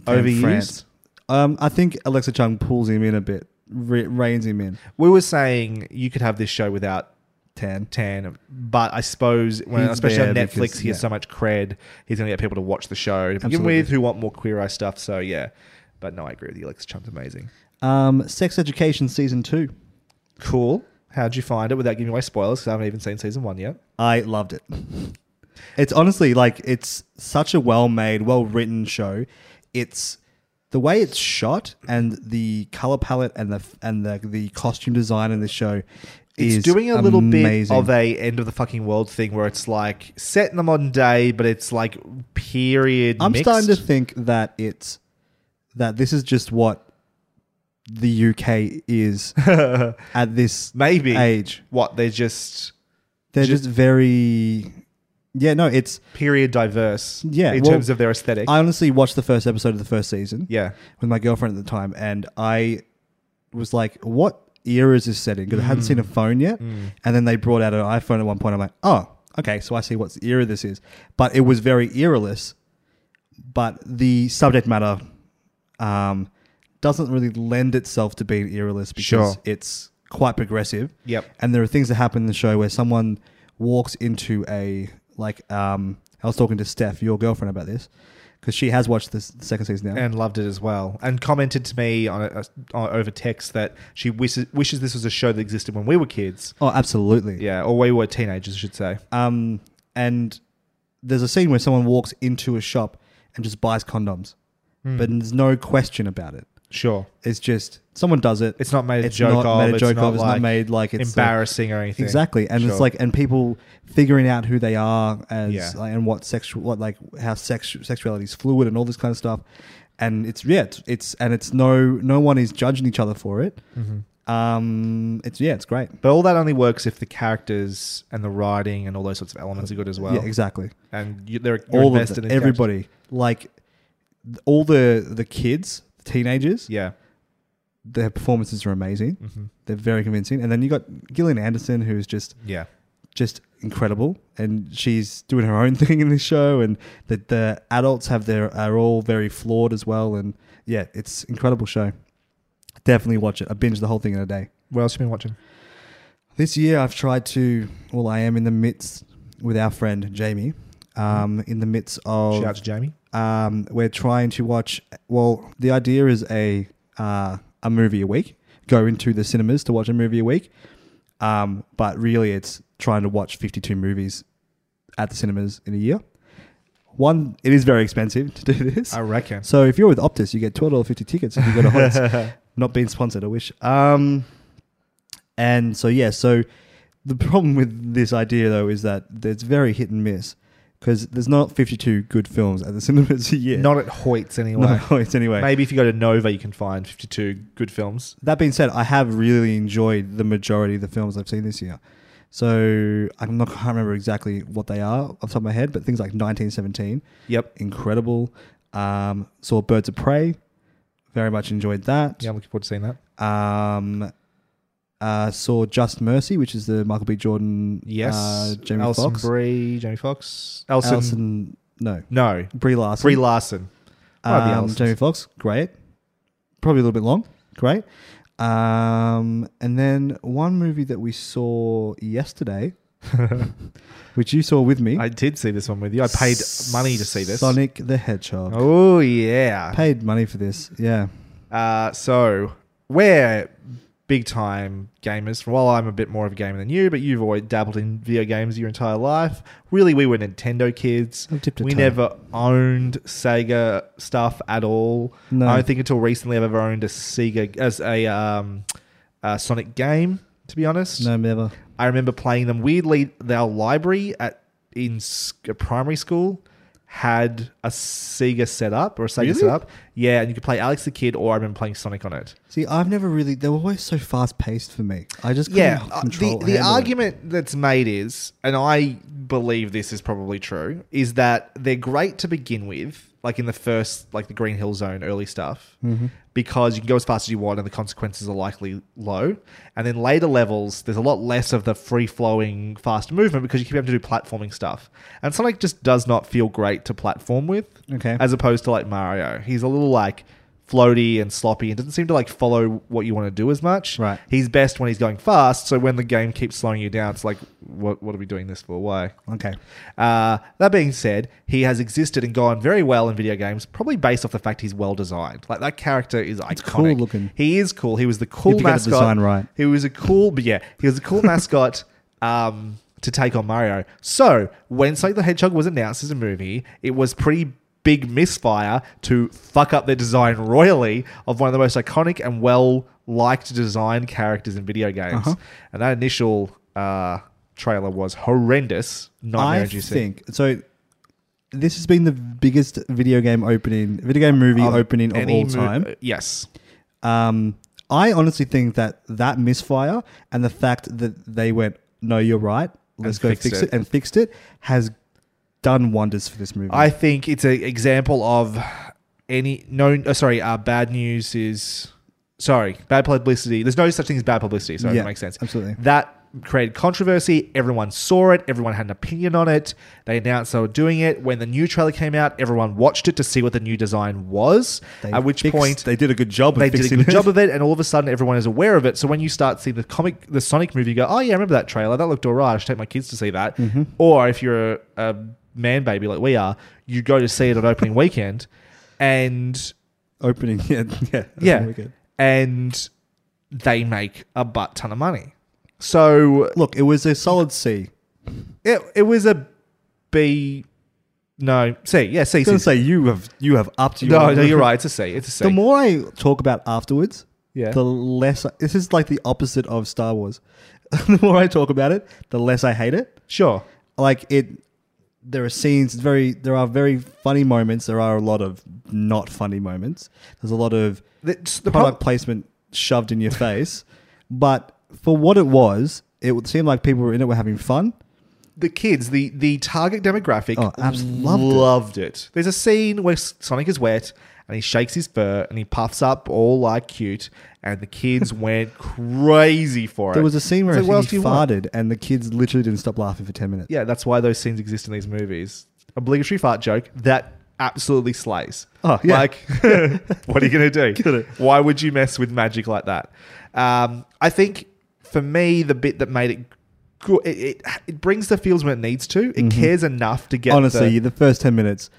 Tan
Overused?
Fran's- Um, I think Alexa Chung pulls him in a bit, re- reins him in.
we were saying you could have this show without
Tan.
Tan, but I suppose when
He's
especially on
there
Netflix,
because-
he has
yeah. so
so much cred. He's going to get people to watch the show to begin
Absolutely.
with, who want more queer eye stuff. So yeah, but no, I agree with you. Alex Chum's amazing.
Um, Sex Education season two.
Cool. How'd you find it without giving away spoilers? Because I haven't even seen season one yet.
I loved it. It's honestly like it's such a well-made, well-written show. It's the way it's shot and the color palette and the and the the costume design in the show.
It's
is
doing a little
amazing.
bit of a end of the fucking world thing where it's like set in the modern day, but it's like period.
I'm
mixed.
starting to think that it's that this is just what the UK is at this
maybe
age.
what they're just
They're just very yeah. No, it's
period diverse.
Yeah,
in
well,
terms of their aesthetic.
I honestly watched the first episode of the first season.
yeah,
with my girlfriend at the time, and I was like, "What era is this setting?" Because I hadn't
Mm.
seen a phone yet, and then they brought out an iPhone at one point. I'm like, "Oh, okay, so I see what era this is." But it was very eraless, but the subject matter um, doesn't really lend itself to being eraless because
Sure.
it's quite progressive.
Yep.
And there are things that happen in the show where someone walks into a like um I was talking to Steph, your girlfriend, about this because she has watched this the second season now.
and loved it as well, and commented to me on, a, on over text that she wishes, wishes this was a show that existed when we were kids.
Oh, absolutely.
Yeah, or we were teenagers, I should say. Uh,
Um, and there's a scene where someone walks into a shop and just buys condoms,
Hmm.
but there's no question about it.
sure,
It's just someone does it.
it's not made a joke
not
of.
made a joke of.
not
It's
like
not made like it's uh,
embarrassing or anything.
Exactly, and
Sure.
it's like and people figuring out who they are as
Yeah.
like, and what sexual, what like how sex sexuality is fluid and all this kind of stuff, and it's yeah, it's, it's and it's no no one is judging each other for it. Um, it's yeah, it's great.
Mm-hmm. But all that only works if the characters and the writing and all those sorts of elements are good as well.
yeah, exactly.
And you, they're you're
all of
invested
them,
in the characters.
everybody, like th- all the the kids, the teenagers,
Yeah, Mm-hmm.
their performances are amazing. They're very convincing. And then you got Gillian Anderson, who's just
yeah.
just incredible, and she's doing her own thing in this show. And the the adults have their are all very flawed as well. And yeah, it's incredible show. Definitely watch it. I binged the whole thing in a day.
What else have you been watching?
This year, I've tried to. Well, I am in the midst with our friend Jamie. Um, in the midst of
Mm-hmm. Shout out to Jamie.
um, we're trying to watch. Well, the idea is a uh, a movie a week. Go into the cinemas to watch a movie a week, um, but really it's trying to watch fifty two movies at the cinemas in a year. One, it is very expensive to do this.
I reckon.
So if you're with Optus, you get twelve dollar fifty tickets if you go to Hots. Not being sponsored, I wish. Um, and so yeah, so the problem with this idea though is that it's very hit and miss because there's not fifty two good films at the cinemas a year.
Not at Hoyt's anyway.
Not always, anyway.
Maybe if you go to Nova, you can find 52 good films.
That being said, I have really enjoyed the majority of the films I've seen this year. So I'm not I can't remember exactly what they are off the top of my head, but things like 1917,
Yep.
incredible. Um, saw Birds of Prey, very much enjoyed that.
Yeah, I'm looking forward to seeing that.
Um, uh, saw Just Mercy, which is the Michael B. Jordan,
Yes.
uh, Jamie
Alison
Foxx,
Brie, Jamie Fox. Alison.
Alison, no,
No.
Brie Larson,
Brie Larson. Might be
um,
Allison's.
Jamie Foxx, great. Probably a little bit long, great. Um, and then one movie that we saw yesterday, which you saw with me,
I did see this one with you. I paid money to see this.
Sonic the Hedgehog.
Oh, yeah.
Paid money for this, yeah.
Uh, so, we're big time gamers. While I'm a bit more of a gamer than you, but you've always dabbled in video games your entire life. Really, we were Nintendo kids.
I've dipped a
we
toe.
never owned Sega stuff at all.
No.
I don't think until recently I've ever owned a Sega as a, um, a Sonic game. To be honest,
No, never.
I remember playing them. Weirdly, our library at in s- uh, primary school had a Sega set up or a Sega
Really?
set up. Yeah, and you could play Alex the Kid, or I remember playing Sonic on it.
See, I've never really. They were always so fast paced for me. I just couldn't
Yeah, uh, the,
control.
the
handle it.
argument that's made is, and I believe this is probably true, is that they're great to begin with, like in the first, like the Green Hill Zone early stuff,
Mm-hmm.
because you can go as fast as you want and the consequences are likely low. And then later levels, there's a lot less of the free flowing fast movement because you keep having to do platforming stuff. And Sonic just does not feel great to platform with,
Okay.
as opposed to like Mario. He's a little like floaty and sloppy and doesn't seem to like follow what you want to do as much
Right.
he's best when he's going fast. So when the game keeps slowing you down, it's like, what, what are we doing this for? Why?
Okay.
Uh, that being said, he has existed and gone very well in video games, probably based off the fact he's well designed. Like that character is iconic.
cool looking.
He is cool. He was the cool
If you get the
mascot.
design right.
He was a cool, but yeah, he was a cool mascot. Um, to take on Mario. So when Sonic the Hedgehog was announced as a movie, it was pretty big misfire to fuck up their design royally of one of the most iconic and well liked design characters in video games.
Uh-huh.
And that initial uh, trailer was horrendous. Nightmare
I
inducing.
think so. This has been the biggest video game opening, video game movie opening of
Any
all
mo-
time.
uh, yes.
Um, I honestly think that that misfire and the fact that they went, "No, you're right. Let's go
fixed
fix
it.
it. and fixed it has done wonders for this movie.
I think it's an example of any no uh, sorry, uh, bad news is sorry, bad publicity. There's no such thing as bad publicity, so
Yeah,
that makes sense.
absolutely.
That created controversy. Everyone saw it, everyone had an opinion on it. They announced they were doing it. When the new trailer came out, everyone watched it to see what the new design was.
They
at which
fixed-
point
they did a good job. Of
they did a
fixing
good
it.
job of it, and all of a sudden everyone is aware of it. So when you start seeing the comic, the Sonic movie, you go, "Oh yeah, I remember that trailer. That looked alright. I should take my kids to see that."
Mm-hmm.
Or if you're a, a man baby like we are, you go to see it on opening weekend, and
opening. Yeah, yeah, that's
yeah,
wicked.
and they make a butt ton of money. So
Look, it was a solid C.
it, it was a B, no C, yeah C.
I
C.
was gonna say you have you have upped your.
No, no, you're right. It's a C. It's a C.
The more I talk about afterwards,
Yeah.
the less. I, this is like the opposite of Star Wars. the more I talk about it, the less I hate it.
sure.
Like it, there are scenes. It's very there are very funny moments. There are a lot of not funny moments. There's a lot of
The, the
product
prob-
placement shoved in your face. But for what it was, it would seem like people were in it were having fun.
the kids, the the target demographic,
Oh, abs-
loved,
loved it.
it. There's a scene where S- Sonic is wet and he shakes his fur and he puffs up all like cute, and the kids went crazy for it.
There was a scene where
It's like, what else do
he
you want?
farted, and the kids literally didn't stop laughing for ten minutes.
Yeah, that's why those scenes exist in these movies. Obligatory fart joke that absolutely slays.
Oh, yeah.
Like, what are you going to do? Why would you mess with magic like that? Um, I think for me, the bit that made it good, it, it, it brings the feels when it needs to. It cares enough to get uh, the-
Mm-hmm. Honestly, the, first ten minutes,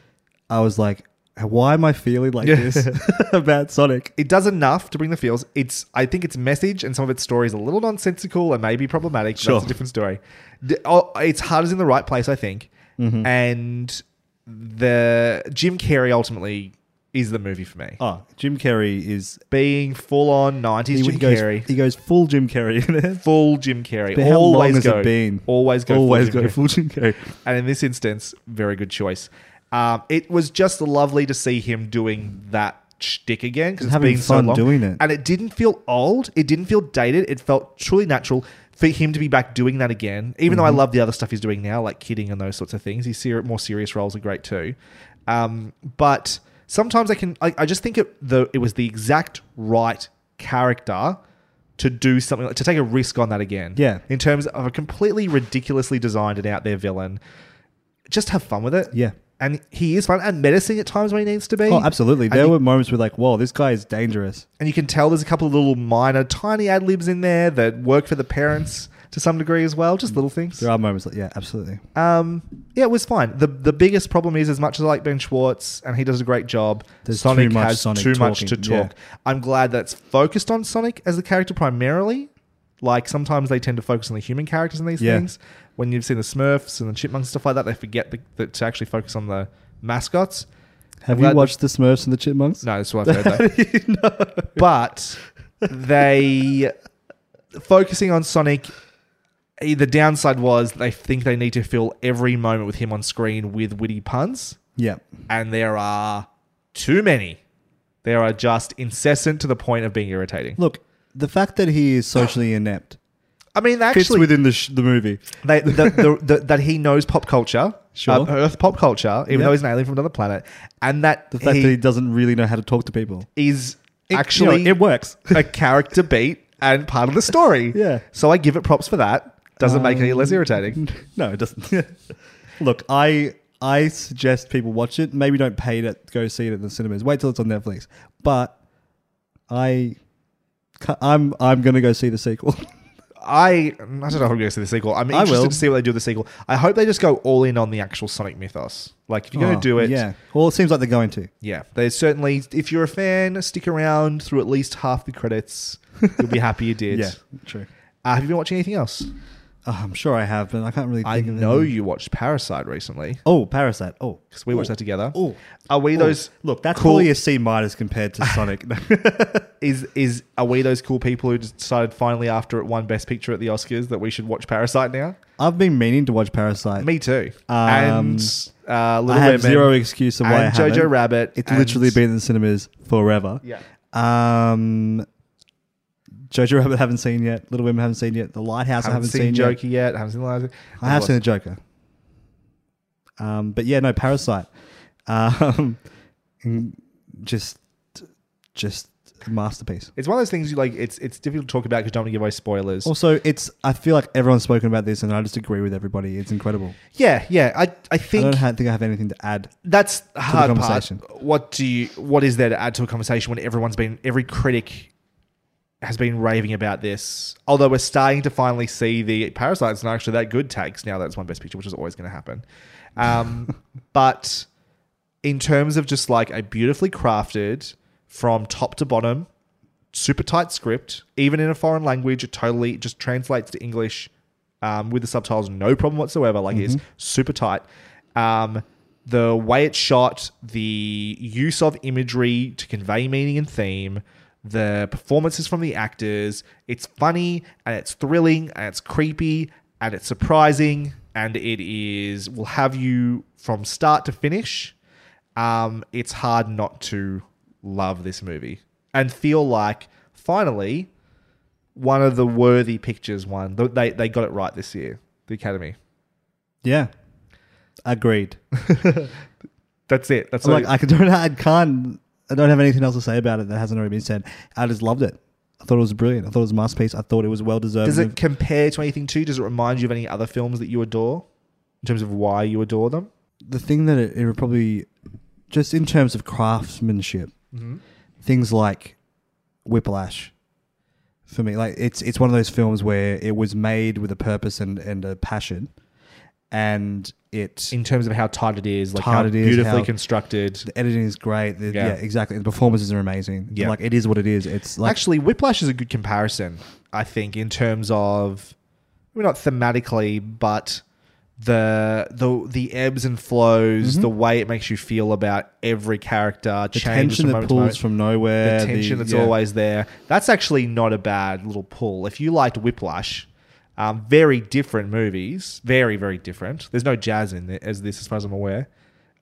I was like, "Why am I feeling like
Yeah.
this about Sonic?"
it does enough to bring the feels. It's I think its message and some of its story is a little nonsensical and maybe problematic. but
Sure.
That's a different story. D- oh, Its heart is in the right place, I think.
Mm-hmm.
And the Jim Carrey ultimately is the movie for me.
Oh, Jim Carrey is
Being full on nineties Jim
goes,
Carrey,
He goes full Jim Carrey in it.
full Jim Carrey.
But how
always
long has
go,
it been?
Always go.
Always
full Jim
go
Carrey.
full Jim Carrey.
And in this instance, very good choice. Um, it was just lovely to see him doing that shtick again because it's
Having
been so
fun
long.
doing it.
And it didn't feel old. It didn't feel dated. It felt truly natural for him to be back doing that again. Even
Mm-hmm.
though I love the other stuff he's doing now, like kidding and those sorts of things. His ser- more serious roles are great too. Um, but sometimes I can. I, I just think it. The it was the exact right character. To do something like to take a risk on that again,
Yeah.
In terms of a completely ridiculously designed and out there villain, just have fun with it.
Yeah.
And he is fun and menacing at times when he needs to be.
Oh, absolutely.
And
There
you-
were moments where like, "Whoa, this guy is dangerous."
and you can tell there's a couple of little minor, tiny ad libs in there that work for the parents to some degree as well. Just little things.
There are moments like yeah, absolutely.
Um, yeah, it was fine. the The biggest problem is, as much as I like Ben Schwartz and he does a great job,
There's
Sonic
too much
has
Sonic
too much to
talking,
talk. I'm glad that's focused on Sonic as the character primarily. Like sometimes they tend to focus on the human characters in these
Yeah.
things. When you've seen the Smurfs and the Chipmunks and stuff like that, they forget the, that to actually focus on the mascots.
Have
I'm glad
you watched The Smurfs and the Chipmunks?
No, that's what I've heard though. But they focusing on Sonic. eh, The downside was they think they need to fill every moment with him on screen with witty puns,
Yeah.
and there are too many. There are just incessant to the point of being irritating.
Look, the fact that he is socially inept
I mean, they
fits
actually,
within the sh- the movie.
they, the, the, the, that he knows pop culture,
Sure.
um, Earth pop culture, even
Yeah.
though he's an alien from another planet, and that
The fact
he
that he doesn't really know how to talk to people.
is
It-
actually
you know, it works.
a character beat and part of the story.
Yeah. Um,
So I give it props for that. Doesn't make it any less irritating.
no, it doesn't. Look, I I suggest people watch it. Maybe don't pay to go see it at the cinemas. Wait till it's on Netflix. But I ca- I'm I'm going to go see the sequel.
I I don't know if I'm going to see the sequel. I'm
I
interested
will.
to see what they do with the sequel. I hope they just go all in on the actual Sonic mythos. Like if you're going to do it,
Oh, Yeah. Well, it seems like they're going to.
yeah. There's certainly if you're a fan, stick around through at least half the credits. You'll be happy you did.
yeah, true.
Uh, have you been watching anything else?
Oh, I'm sure I have, but I can't really think
I
of
know
anything.
you watched Parasite recently
Oh, Parasite. Oh.
because we watched that together.
Oh.
Are we those?
Look, that's
cool-
probably a C minus compared to Sonic.
is is are we those cool people who decided finally after it won Best Picture at the Oscars that we should watch Parasite now?
I've been meaning to watch Parasite.
Me too.
Um,
and uh, Little
I have
Women
zero excuse of why
and
I haven't.
Jojo Rabbit.
It's
and-
literally been in the cinemas forever.
yeah.
Um, Jojo Rabbit haven't seen yet. Little Women haven't seen yet. The Lighthouse
Haven't,
I haven't
seen,
seen,
Joker
yet.
yet. Haven't seen the last.
I have seen The Joker. Um, but yeah, no Parasite. Um, and just, just a masterpiece.
It's one of those things you like. It's it's difficult to talk about because don't want to give away spoilers.
Also, it's. I feel like everyone's spoken about this, and I just agree with everybody. It's incredible.
yeah, yeah. I I
I
think
don't ha- think I have anything to add.
that's the hard
conversation.
part. What do you? What is there to add to a conversation when everyone's been every critic has been raving about this? Although we're starting to finally see the parasites not actually that good takes now. That's one best picture, which is always going to happen. Um, but in terms of just like a beautifully crafted from top to bottom, super tight script, even in a foreign language, it totally just translates to English um, with the subtitles, no problem whatsoever. Like it's super tight. Um, the way it's shot, the use of imagery to convey meaning and theme, the performances from the actors, it's funny and it's thrilling and it's creepy and it's surprising and it is will have you from start to finish um, it's hard not to love this movie and feel like finally one of the worthy pictures won. Th- They they got it right this year, the Academy.
Yeah, agreed.
That's it. That's
I'm
all
like I don't, I can't, I don't have anything else to say about it that hasn't already been said. I just loved it. I thought it was brilliant. I thought it was a masterpiece. I thought it was well deserved.
Does it compare to anything too? Does it remind you of any other films that you adore in terms of why you adore them?
the thing that it, it would probably just in terms of craftsmanship, things like Whiplash for me, like it's it's one of those films where it was made with a purpose and and a passion, and it
In terms of how tight it is, like
Tight
how
it is,
beautifully
how-
constructed.
the editing is great. The-
Yeah.
yeah. exactly. The performances are amazing.
Yeah.
like it is what it is. It's like
Actually, Whiplash is a good comparison, I think, in terms of maybe not thematically, but the the the ebbs and flows, the way it makes you feel about every character,
the
changes
tension
from
that
moment to
pulls
moment.
from
the
nowhere.
tension that's
yeah.
always there. That's actually not a bad little pull. If you liked Whiplash, um, very different movies, very very different. There's no jazz in it as this, as far as I'm aware.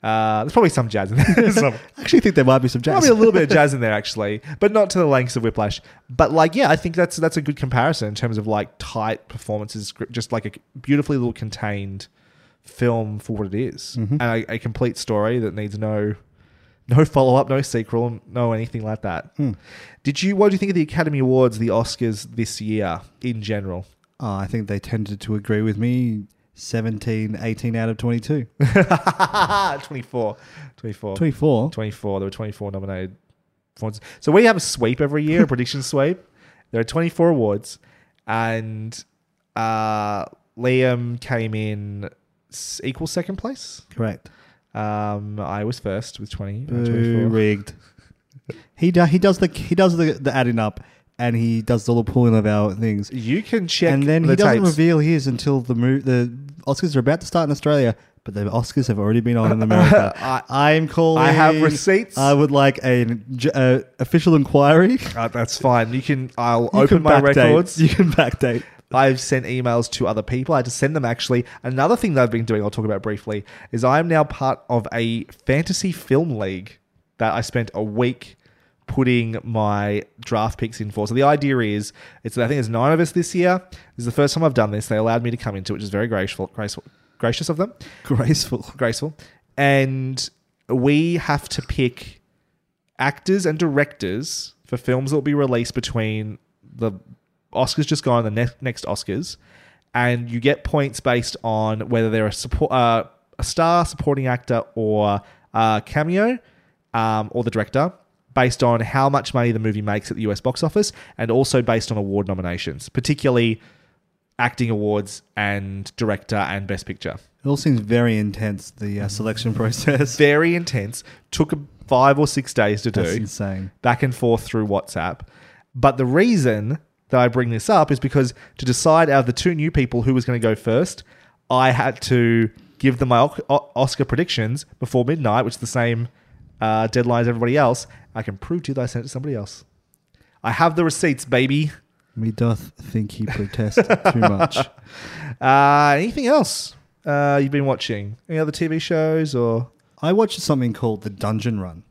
Uh, there's probably some jazz in there. Some-
I actually think there might be some jazz.
Probably a little bit of jazz in there actually, but not to the lengths of Whiplash. But like, yeah, I think that's that's a good comparison in terms of like tight performances, script- just like a beautifully little contained film for what it is. and a, a complete story that needs no no follow up, no sequel, no anything like that. Did you? What do you think of the Academy Awards, the Oscars this year in general?
Oh, I think they tended to agree with me. 17, 18 out of 22.
24, 24,
24?
24. There were 24 nominated. awards. So we have a sweep every year, a prediction sweep. There are 24 awards, and Uh, Liam came in s- equal second place.
Correct.
Um, I was first with 20. uh, 24.
Boo, rigged. he do, he does the he does the, the adding up and he does the little pulling of our things.
You can check.
and then
the
he doesn't
tapes.
reveal his until the mo- the Oscars are about to start in Australia, but the Oscars have already been on in America. I am calling.
I have receipts.
I would like an j- uh, official inquiry.
Uh, that's fine. You can. I'll
You
open
can
my
backdate.
records.
You can backdate.
I've sent emails to other people. I had to send them actually. Another thing that I've been doing, I'll talk about briefly, is I am now part of a fantasy film league that I spent a week putting my draft picks in for. So the idea is, it's I think there's nine of us this year. This is the first time I've done this. They allowed me to come into it, which is very graceful, graceful, gracious of them
Graceful.
graceful. And we have to pick actors and directors for films that will be released between the Oscars just gone and the ne- next Oscars. And you get points based on whether they're a support, uh, a star, supporting actor, or uh, cameo, um, or the director, based on how much money the movie makes at the US box office, and also based on award nominations, particularly acting awards and director and best picture
It all seems very intense. The uh, selection process.
very intense. Took five or six days to
That's
do.
insane.
Back and forth through WhatsApp. But the reason that I bring this up is because to decide out of the two new people who was going to go first, I had to give them my O- O- Oscar predictions before midnight, which is the same uh, deadline as everybody else. I can prove to you that I sent it to somebody else. I have the receipts, baby.
Me doth think he protests too much.
Uh, anything else uh, you've been watching? Any other TV shows or?
I watched something called The Dungeon Run.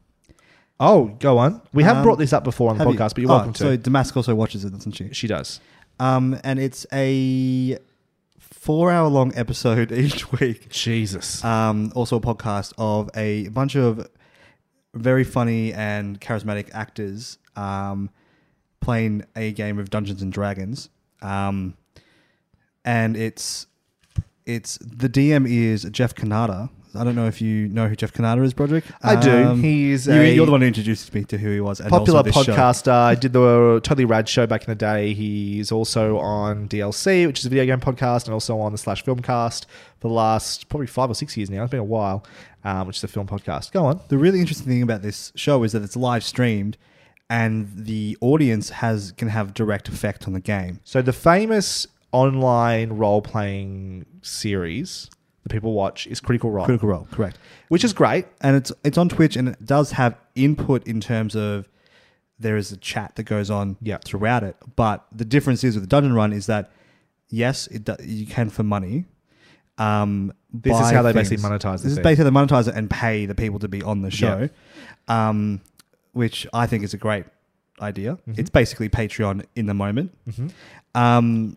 Oh, go on. We have
Um,
brought this up before on the
Have you-
podcast, but you're
Oh,
welcome to.
So Damask also watches it, doesn't she?
She does.
Um, and it's a four-hour-long episode each week.
Jesus.
Um, also a podcast of a bunch of very funny and charismatic actors um, playing a game of Dungeons and Dragons. Um, and it's it's the DM is Jeff Kanata. I don't know if you know who Jeff Kanata is, Broderick. Um,
I do. He is
you,
a-
you're the one who introduced me to who he was. And
Popular
also this show.
podcaster. I did the Totally Rad show back in the day. He's also on DLC, which is a video game podcast, and also on the Slash Filmcast for the last probably five or six years now. It's been a while, um, which is a film podcast. Go on.
The really interesting thing about this show is that it's live streamed, and the audience has can have direct effect on the game.
So the famous online role playing series that people watch is Critical Role,
Critical Role, correct?
which is great.
And it's it's on Twitch, and it does have input in terms of there is a chat that goes on
Yeah.
throughout it. But the difference is with the Dungeon Run is that yes, it do, you can for money. Um,
This is
buy
how they basically monetize the
This is
thing.
basically how they monetize it and pay the people to be on the show, um, which I think is a great idea.
Mm-hmm.
It's basically Patreon in the moment. Um,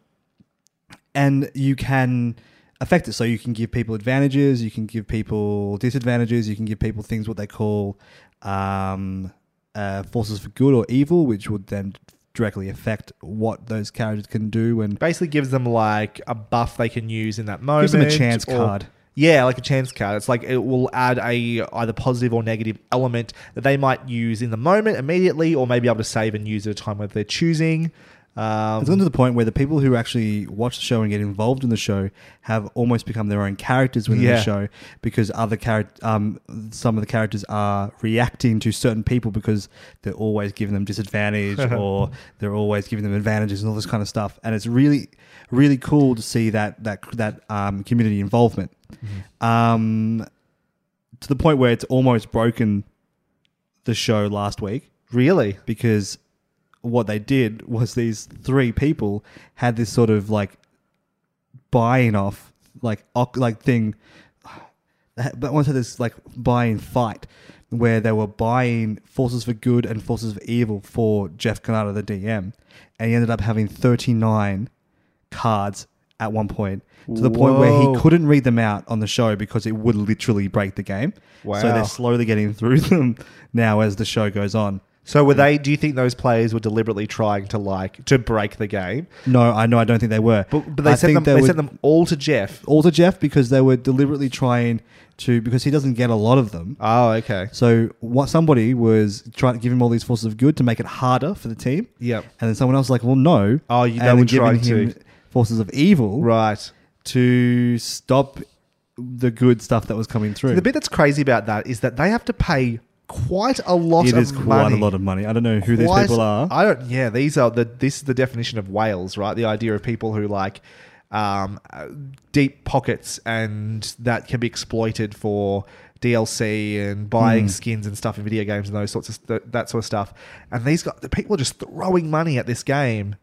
and you can affect it. So you can give people advantages, you can give people disadvantages, you can give people things what they call um, uh, forces for good or evil, which would then directly affect what those characters can do. And
Basically, gives them like a buff they can use in that moment.
Gives them a chance card.
Yeah, like a chance card. It's like it will add a either positive or negative element that they might use in the moment immediately, or maybe able to save and use at a time where they're choosing. Um,
it's gotten to the point where the people who actually watch the show and get involved in the show have almost become their own characters within
Yeah.
the show because other char- um, some of the characters are reacting to certain people because they're always giving them disadvantage or they're always giving them advantages and all this kind of stuff. And it's really, really cool to see that that that um, community involvement
Mm-hmm.
um, to the point where it's almost broken the show last week
really?
because what they did was these three people had this sort of like buying off like oc- like thing but once had this like buying fight where they were buying forces for good and forces for evil for Jeff Kanata the DM and he ended up having 39 cards at one point to the point where
Whoa.
he couldn't read them out on the show because it would literally break the game so
Wow.
they're slowly getting through them now as the show goes on
So were they? Do you think those players were deliberately trying to like to break the game?
No, I know. I don't think they were.
But, but they
I
sent them.
they
They,
were
sent them all to Jeff.
all to Jeff because they were deliberately trying to because he doesn't get a lot of them.
Oh, okay.
So what somebody was trying to give him all these forces of good to make it harder for the team.
Yep.
And then someone else was like, well, no.
Oh, you- they
And
were
then giving
trying to-
forces of evil
Right.
to stop the good stuff that was coming through.
The bit that's crazy about that is that they have to pay quite a lot
it
of
is quite
money.
a lot of money. I don't know who
Quite-
these people are.
I don't. Yeah, these are the. This is the definition of whales, right? The idea of people who like um, uh, deep pockets and that can be exploited for DLC and
Hmm.
buying skins and stuff in video games and those sorts of th- that sort of stuff. And these got the people are just throwing money at this game,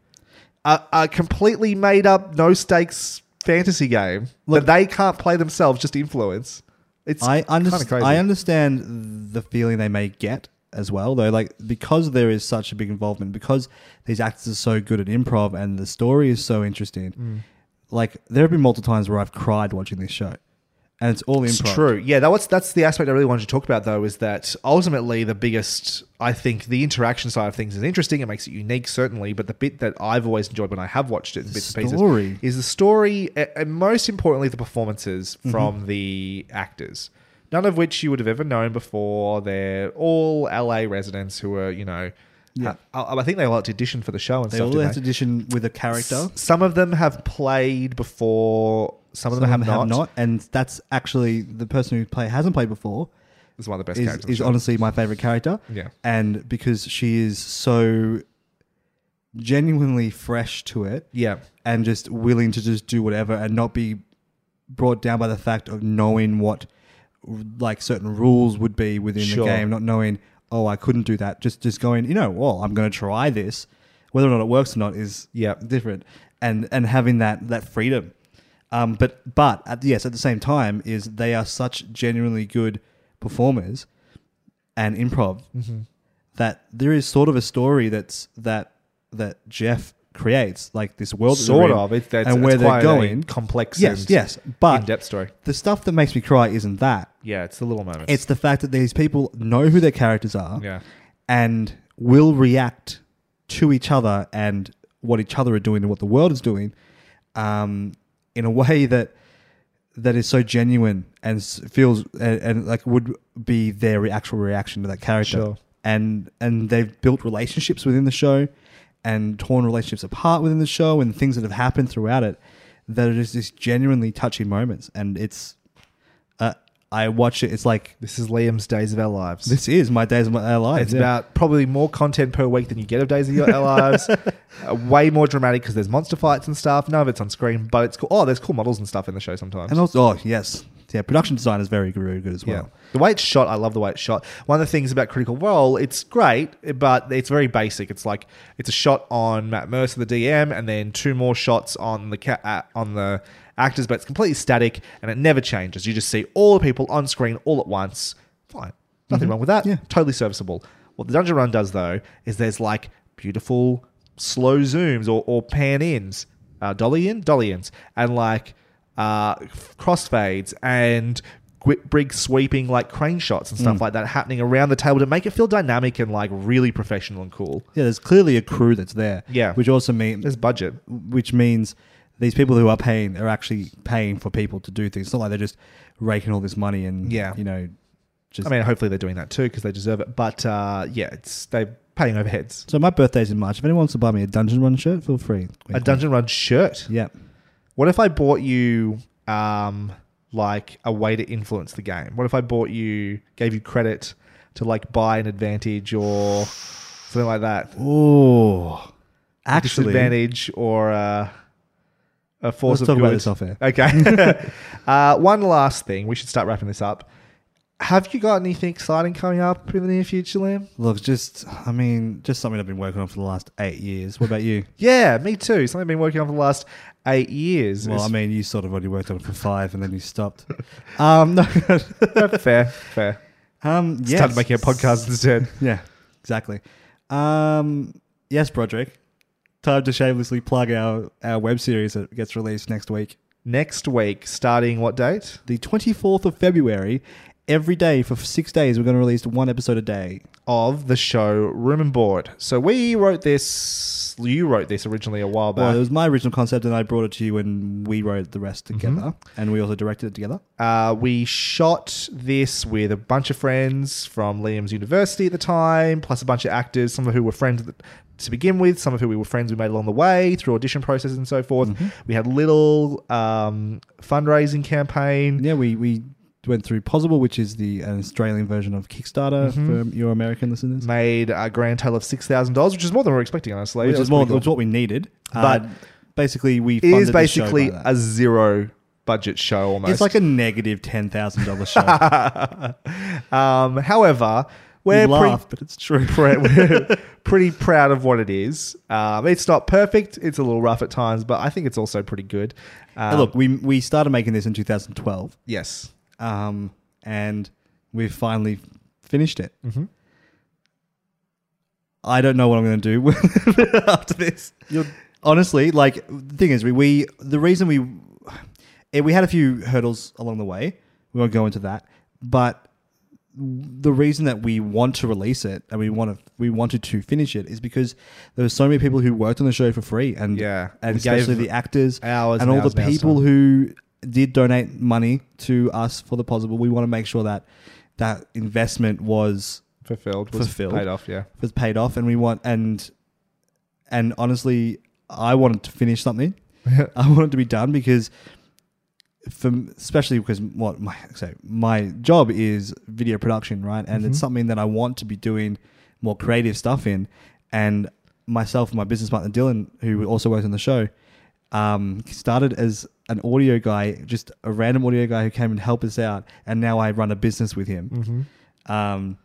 a, a completely made up no stakes fantasy game that they can't play themselves, just influence. It's
I
kind of
understand.
crazy.
I understand the feeling they may get as well, though. Like because there is such a big involvement, because these actors are so good at improv and the story is so interesting.
Mm.
Like there have been multiple times where I've cried watching this show, and it's all improv.
It's true. Yeah, that was, that's the aspect I really wanted to talk about, though, is that ultimately the biggest, I think, the interaction side of things is interesting. It makes it unique, certainly. But the bit that I've always enjoyed when I have watched it, in bits and
story.
pieces, is the story, a- and most importantly, the performances
Mm-hmm.
from the actors. None of which you would have ever known before. They're all LA residents who are, you know, yeah. I, I think they all had to audition for the show and
They
stuff.
all
didn't
have to audition with a character.
Some of them have played before. Some of them, have, not.
and that's actually the person who play hasn't played before.
It's one of the best
is,
characters. in the
is
show.
honestly my favorite character.
Yeah.
And because she is so genuinely fresh to it.
Yeah.
And just willing to just do whatever and not be brought down by the fact of knowing what like certain rules would be within
Sure.
the game, not knowing, oh, I couldn't do that. Just just going, you know, well, I'm going to try this. Whether or not it works or not is
Yeah.
different. And and having that that freedom. Um, but but at, yes, at the same time, is they are such genuinely good performers and improv
Mm-hmm.
that there is sort of a story that's that that Jeff creates, like this world that
sort
they're in
of. It's, it's, it's
and where
quite
they're
a
going.
complex.
yes,
and
yes, but
in-depth story.
The stuff that makes me cry isn't that.
Yeah, it's the little moments.
It's the fact that these people know who their characters are,
Yeah.
and will react to each other and what each other are doing and what the world is doing, um, in a way that that is so genuine and s- feels and, and like would be their re- actual reaction to that character.
Sure.
And and they've built relationships within the show, and torn relationships apart within the show, and things that have happened throughout it that are just these genuinely touching moments. And it's, uh, I watch it. It's like
this is Liam's Days of Our Lives.
this is my days of my life.
it's about probably more content per week than you get of Days of Your Our Lives. uh, way more dramatic because there's monster fights and stuff. None of it's on screen, but it's cool. Oh, there's cool models and stuff in the show sometimes.
and also oh yes, yeah. Production design is very very good as
yeah.
well.
The way it's shot, I love the way it's shot. One of the things about Critical Role, it's great, but it's very basic. It's like it's a shot on Matt Mercer, the DM, and then two more shots on the ca- uh, on the actors, but it's completely static and it never changes. You just see all the people on screen all at once. Fine, nothing wrong with that.
Mm-hmm. Yeah.
totally serviceable. What the Dungeon Run does though is there's like beautiful slow zooms or, or pan ins, uh, dolly in, dolly ins, and like uh, f- crossfades and qu- big sweeping like crane shots and stuff like that happening around the table to make it feel dynamic and like really professional and cool.
Yeah, there's clearly a crew that's there.
Yeah.
which also means
There's budget.
which means these people who are paying are actually paying for people to do things. It's not like they're just raking all this money and
Yeah.
you know, just.
I mean, hopefully they're doing that too because they deserve it. But uh, yeah, it's they're paying overheads.
so my birthday's in March. If anyone wants to buy me a Dungeon Run shirt, feel free.
A Dungeon Run shirt.
Yeah.
What if I bought you um like a way to influence the game? What if I bought you gave you credit to like buy an advantage or something like that?
Oh, actually,
Disadvantage or uh a force
Let's
of
talk about
good.
this off air.
Okay. uh, one last thing. We should start wrapping this up. Have you got anything exciting coming up in the near future, Liam?
Look, just I mean, just something I've been working on for the last eight years. What about you?
Yeah, me too. Something I've been working on for the last eight years.
Well,
It's
I mean, you sort of already worked on it for five, and then you stopped. um, no,
fair, fair.
um, yes.
Started making a podcast instead.
Yeah, exactly. Um, yes, Broderick. Time to shamelessly plug our our web series that gets released next week,
Next week, starting what date?
the twenty fourth of February. Every day for six days, we're going to release one episode a day.
of the show Room and Board. So we wrote this this you wrote this originally a while back.
Well, it was my original concept, and I brought it to you when we wrote the rest
Mm-hmm.
together, and we also directed it together.
Uh, we shot this with a bunch of friends from Liam's university at the time, plus a bunch of actors, some of who were friends th- to begin with, some of who we were friends we made along the way through audition process and so forth.
Mm-hmm.
We had little um, fundraising campaign.
Yeah, we we went through Possible, which is the uh, Australian version of Kickstarter
Mm-hmm.
for your American listeners,
Made a grand total of six thousand dollars, which is more than we were expecting, honestly.
which
That
is
was
more
pretty
which is
cool.
what we needed.
But
Uh, basically, we
It is
funded the show by
basically
that.
a zero budget show almost.
it's like a negative ten thousand dollars show.
Um, however, we're
laugh,
but it's true. we're pretty proud of what it is. Um, it's not perfect. It's a little rough at times, but I think it's also pretty good. Um,
Hey, look, we we started making this in 2012,
yes,
um, and we finally finished it.
Mm-hmm.
I don't know what I'm going to do after this. Honestly, like the thing is, we, we the reason we eh, we had a few hurdles along the way. We won't go into that, but the reason that we want to release it and we want to we wanted to finish it is because there were so many people who worked on the show for free and
Yeah.
and
We gave
especially the actors
hours and
and all
hours
the
and hours
people
time.
who did donate money to us for the possible. We want to make sure that that investment was
fulfilled. Was
Fulfilled.
Paid off. Yeah.
was paid off, and we want and and honestly, I wanted to finish something. I wanted to be done because, for especially because what my so my job is video production, right? And it's something that I want to be doing more creative stuff in. And myself, and my business partner Dylan, who also works on the show, um, started as an audio guy, just a random audio guy who came and helped us out, and now I run a business with him. Um,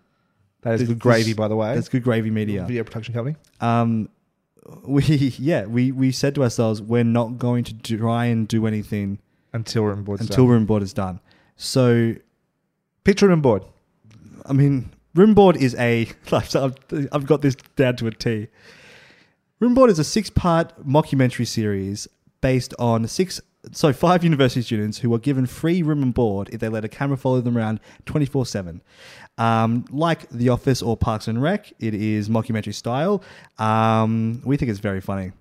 That is
this-
good gravy,
this-
by the way.
That's good gravy media.
Video production company.
Um, we yeah, we we said to ourselves, we're not going to try and do anything
Until room board.
until room board is done. So
picture room board.
I mean, room board is a like so I've, I've got this down to a T. Room board is a six-part mockumentary series based on six so five university students who are given free room and board if they let a camera follow them around 24-7 um, like the office or parks and rec it is mockumentary style um, we think it's very funny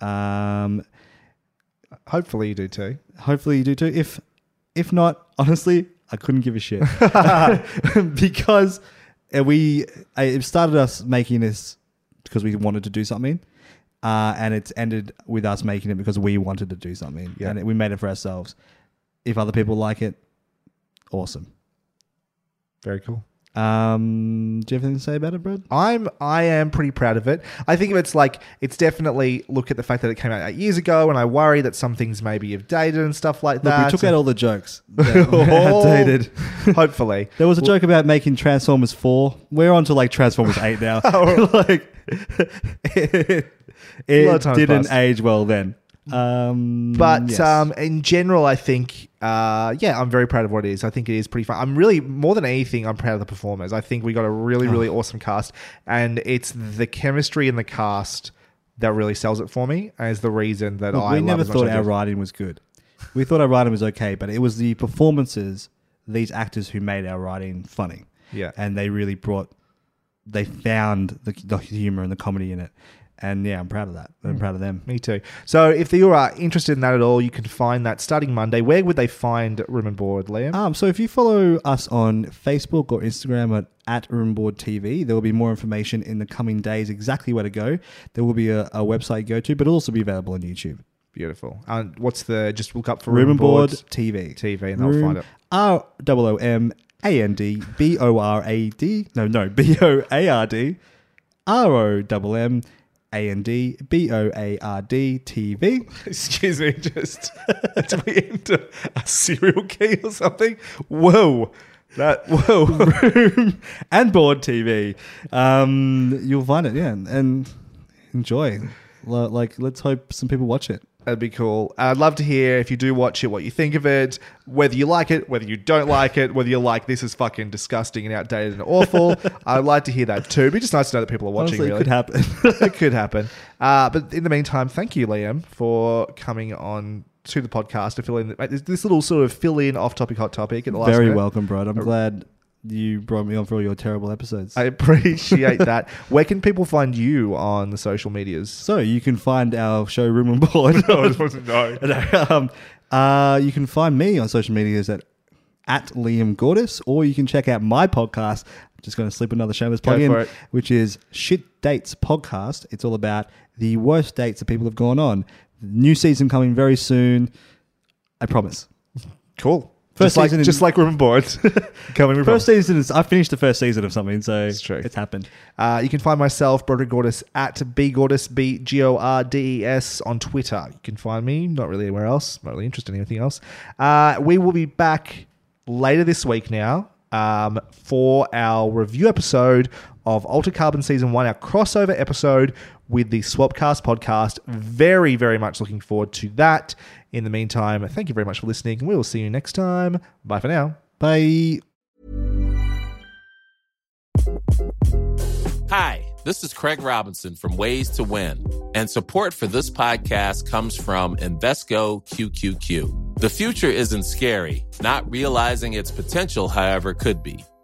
um,
Hopefully you do too.
Hopefully you do too. If if not, honestly, I couldn't give a shit because uh, we I, it started us making this because we wanted to do something, uh, and it's ended with us making it because we wanted to do something,
Yeah.
and it, we made it for ourselves. If other people like it, awesome.
Very cool.
Um, do you have anything to say about it, Brad?
I'm I am pretty proud of it. I think it's like it's definitely look at the fact that it came out eight years ago, and I worry that some things maybe have dated and stuff like
Look,
that.
we took out all the jokes.
Oh.
Outdated.
Hopefully,
There was a joke about making Transformers four. We're on to like Transformers eight now.
Oh,
like it,
lot of time
didn't
passed.
age well then. Um,
But
yes.
um, in general, I think, uh, yeah, I'm very proud of what it is. I think it is pretty fun. I'm really, more than anything, I'm proud of the performers. I think we got a really,
Ah.
really awesome cast. And it's the chemistry in the cast that really sells it for me as the reason that
Look,
I
we
love
never
it as much
thought
as I
our
do.
writing was good. We thought our writing was okay, but it was the performances, these actors who made our writing funny.
Yeah.
and they really brought, they found the, the humor and the comedy in it. And yeah, I'm proud of that. I'm proud of them.
Hmm. Me too. So if you are interested in that at all, you can find that starting Monday. Where would they find Room and Board, Liam?
Um, so if you follow us on Facebook or Instagram at, at Roomboard TV, there will be more information in the coming days exactly where to go. There will be a, a website you go to, but it'll also be available on YouTube.
Beautiful. And what's the, just look up for
Room and Board
Boards.
TV.
TV, and they'll find it.
R O O M A N D B O R A D. No, no, B O A R D. R O M M A N D B O A R D TV.
Excuse me, just to be into a serial key or something. Whoa. That whoa.
room and board TV. Um, you'll find it, yeah, and, and enjoy. L- Like, let's hope some people watch it.
That'd be cool. I'd love to hear if you do watch it, what you think of it, whether you like it, whether you don't like it, whether you're like this is fucking disgusting and outdated and awful. I'd like to hear that too. It'd be just nice to know that people are watching.
Honestly, it
really.
could happen.
it could happen. Uh, but in the meantime, thank you, Liam, for coming on to the podcast to fill in this- this little sort of fill in off topic, hot topic. At the last
Very
minute.
welcome, bro. I'm glad you brought me on for all your terrible episodes.
Uh, I appreciate that. Where can people find you on the social medias?
so you can find our showroom and board.
no.
No, um, uh, you can find me on social medias at at Liam Gordis, or you can check out my podcast. I'm just going to slip another shameless plug
Go
in,
for it.
which is Shit Dates Podcast. It's all about the worst dates that people have gone on. New season coming very soon. I promise.
Cool.
First
just like
season in-
just like room and board. Coming with
First season is I finished the first season of something, so it's,
true.
happened.
Uh, you can find myself, Broderick Gordis, at bgordis, B G O R D E S, on Twitter. You can find me, not really anywhere else, not really interested in anything else. Uh, we will be back later this week now um, for our review episode of Alter Carbon Season 1, our crossover episode with the Swapcast podcast. Very, very much looking forward to that. In the meantime, thank you very much for listening, and we will see you next time. Bye for now.
Bye.
Hi, this is Craig Robinson from Ways to Win, and support for this podcast comes from Invesco QQQ. The future isn't scary, not realizing its potential, however, could be.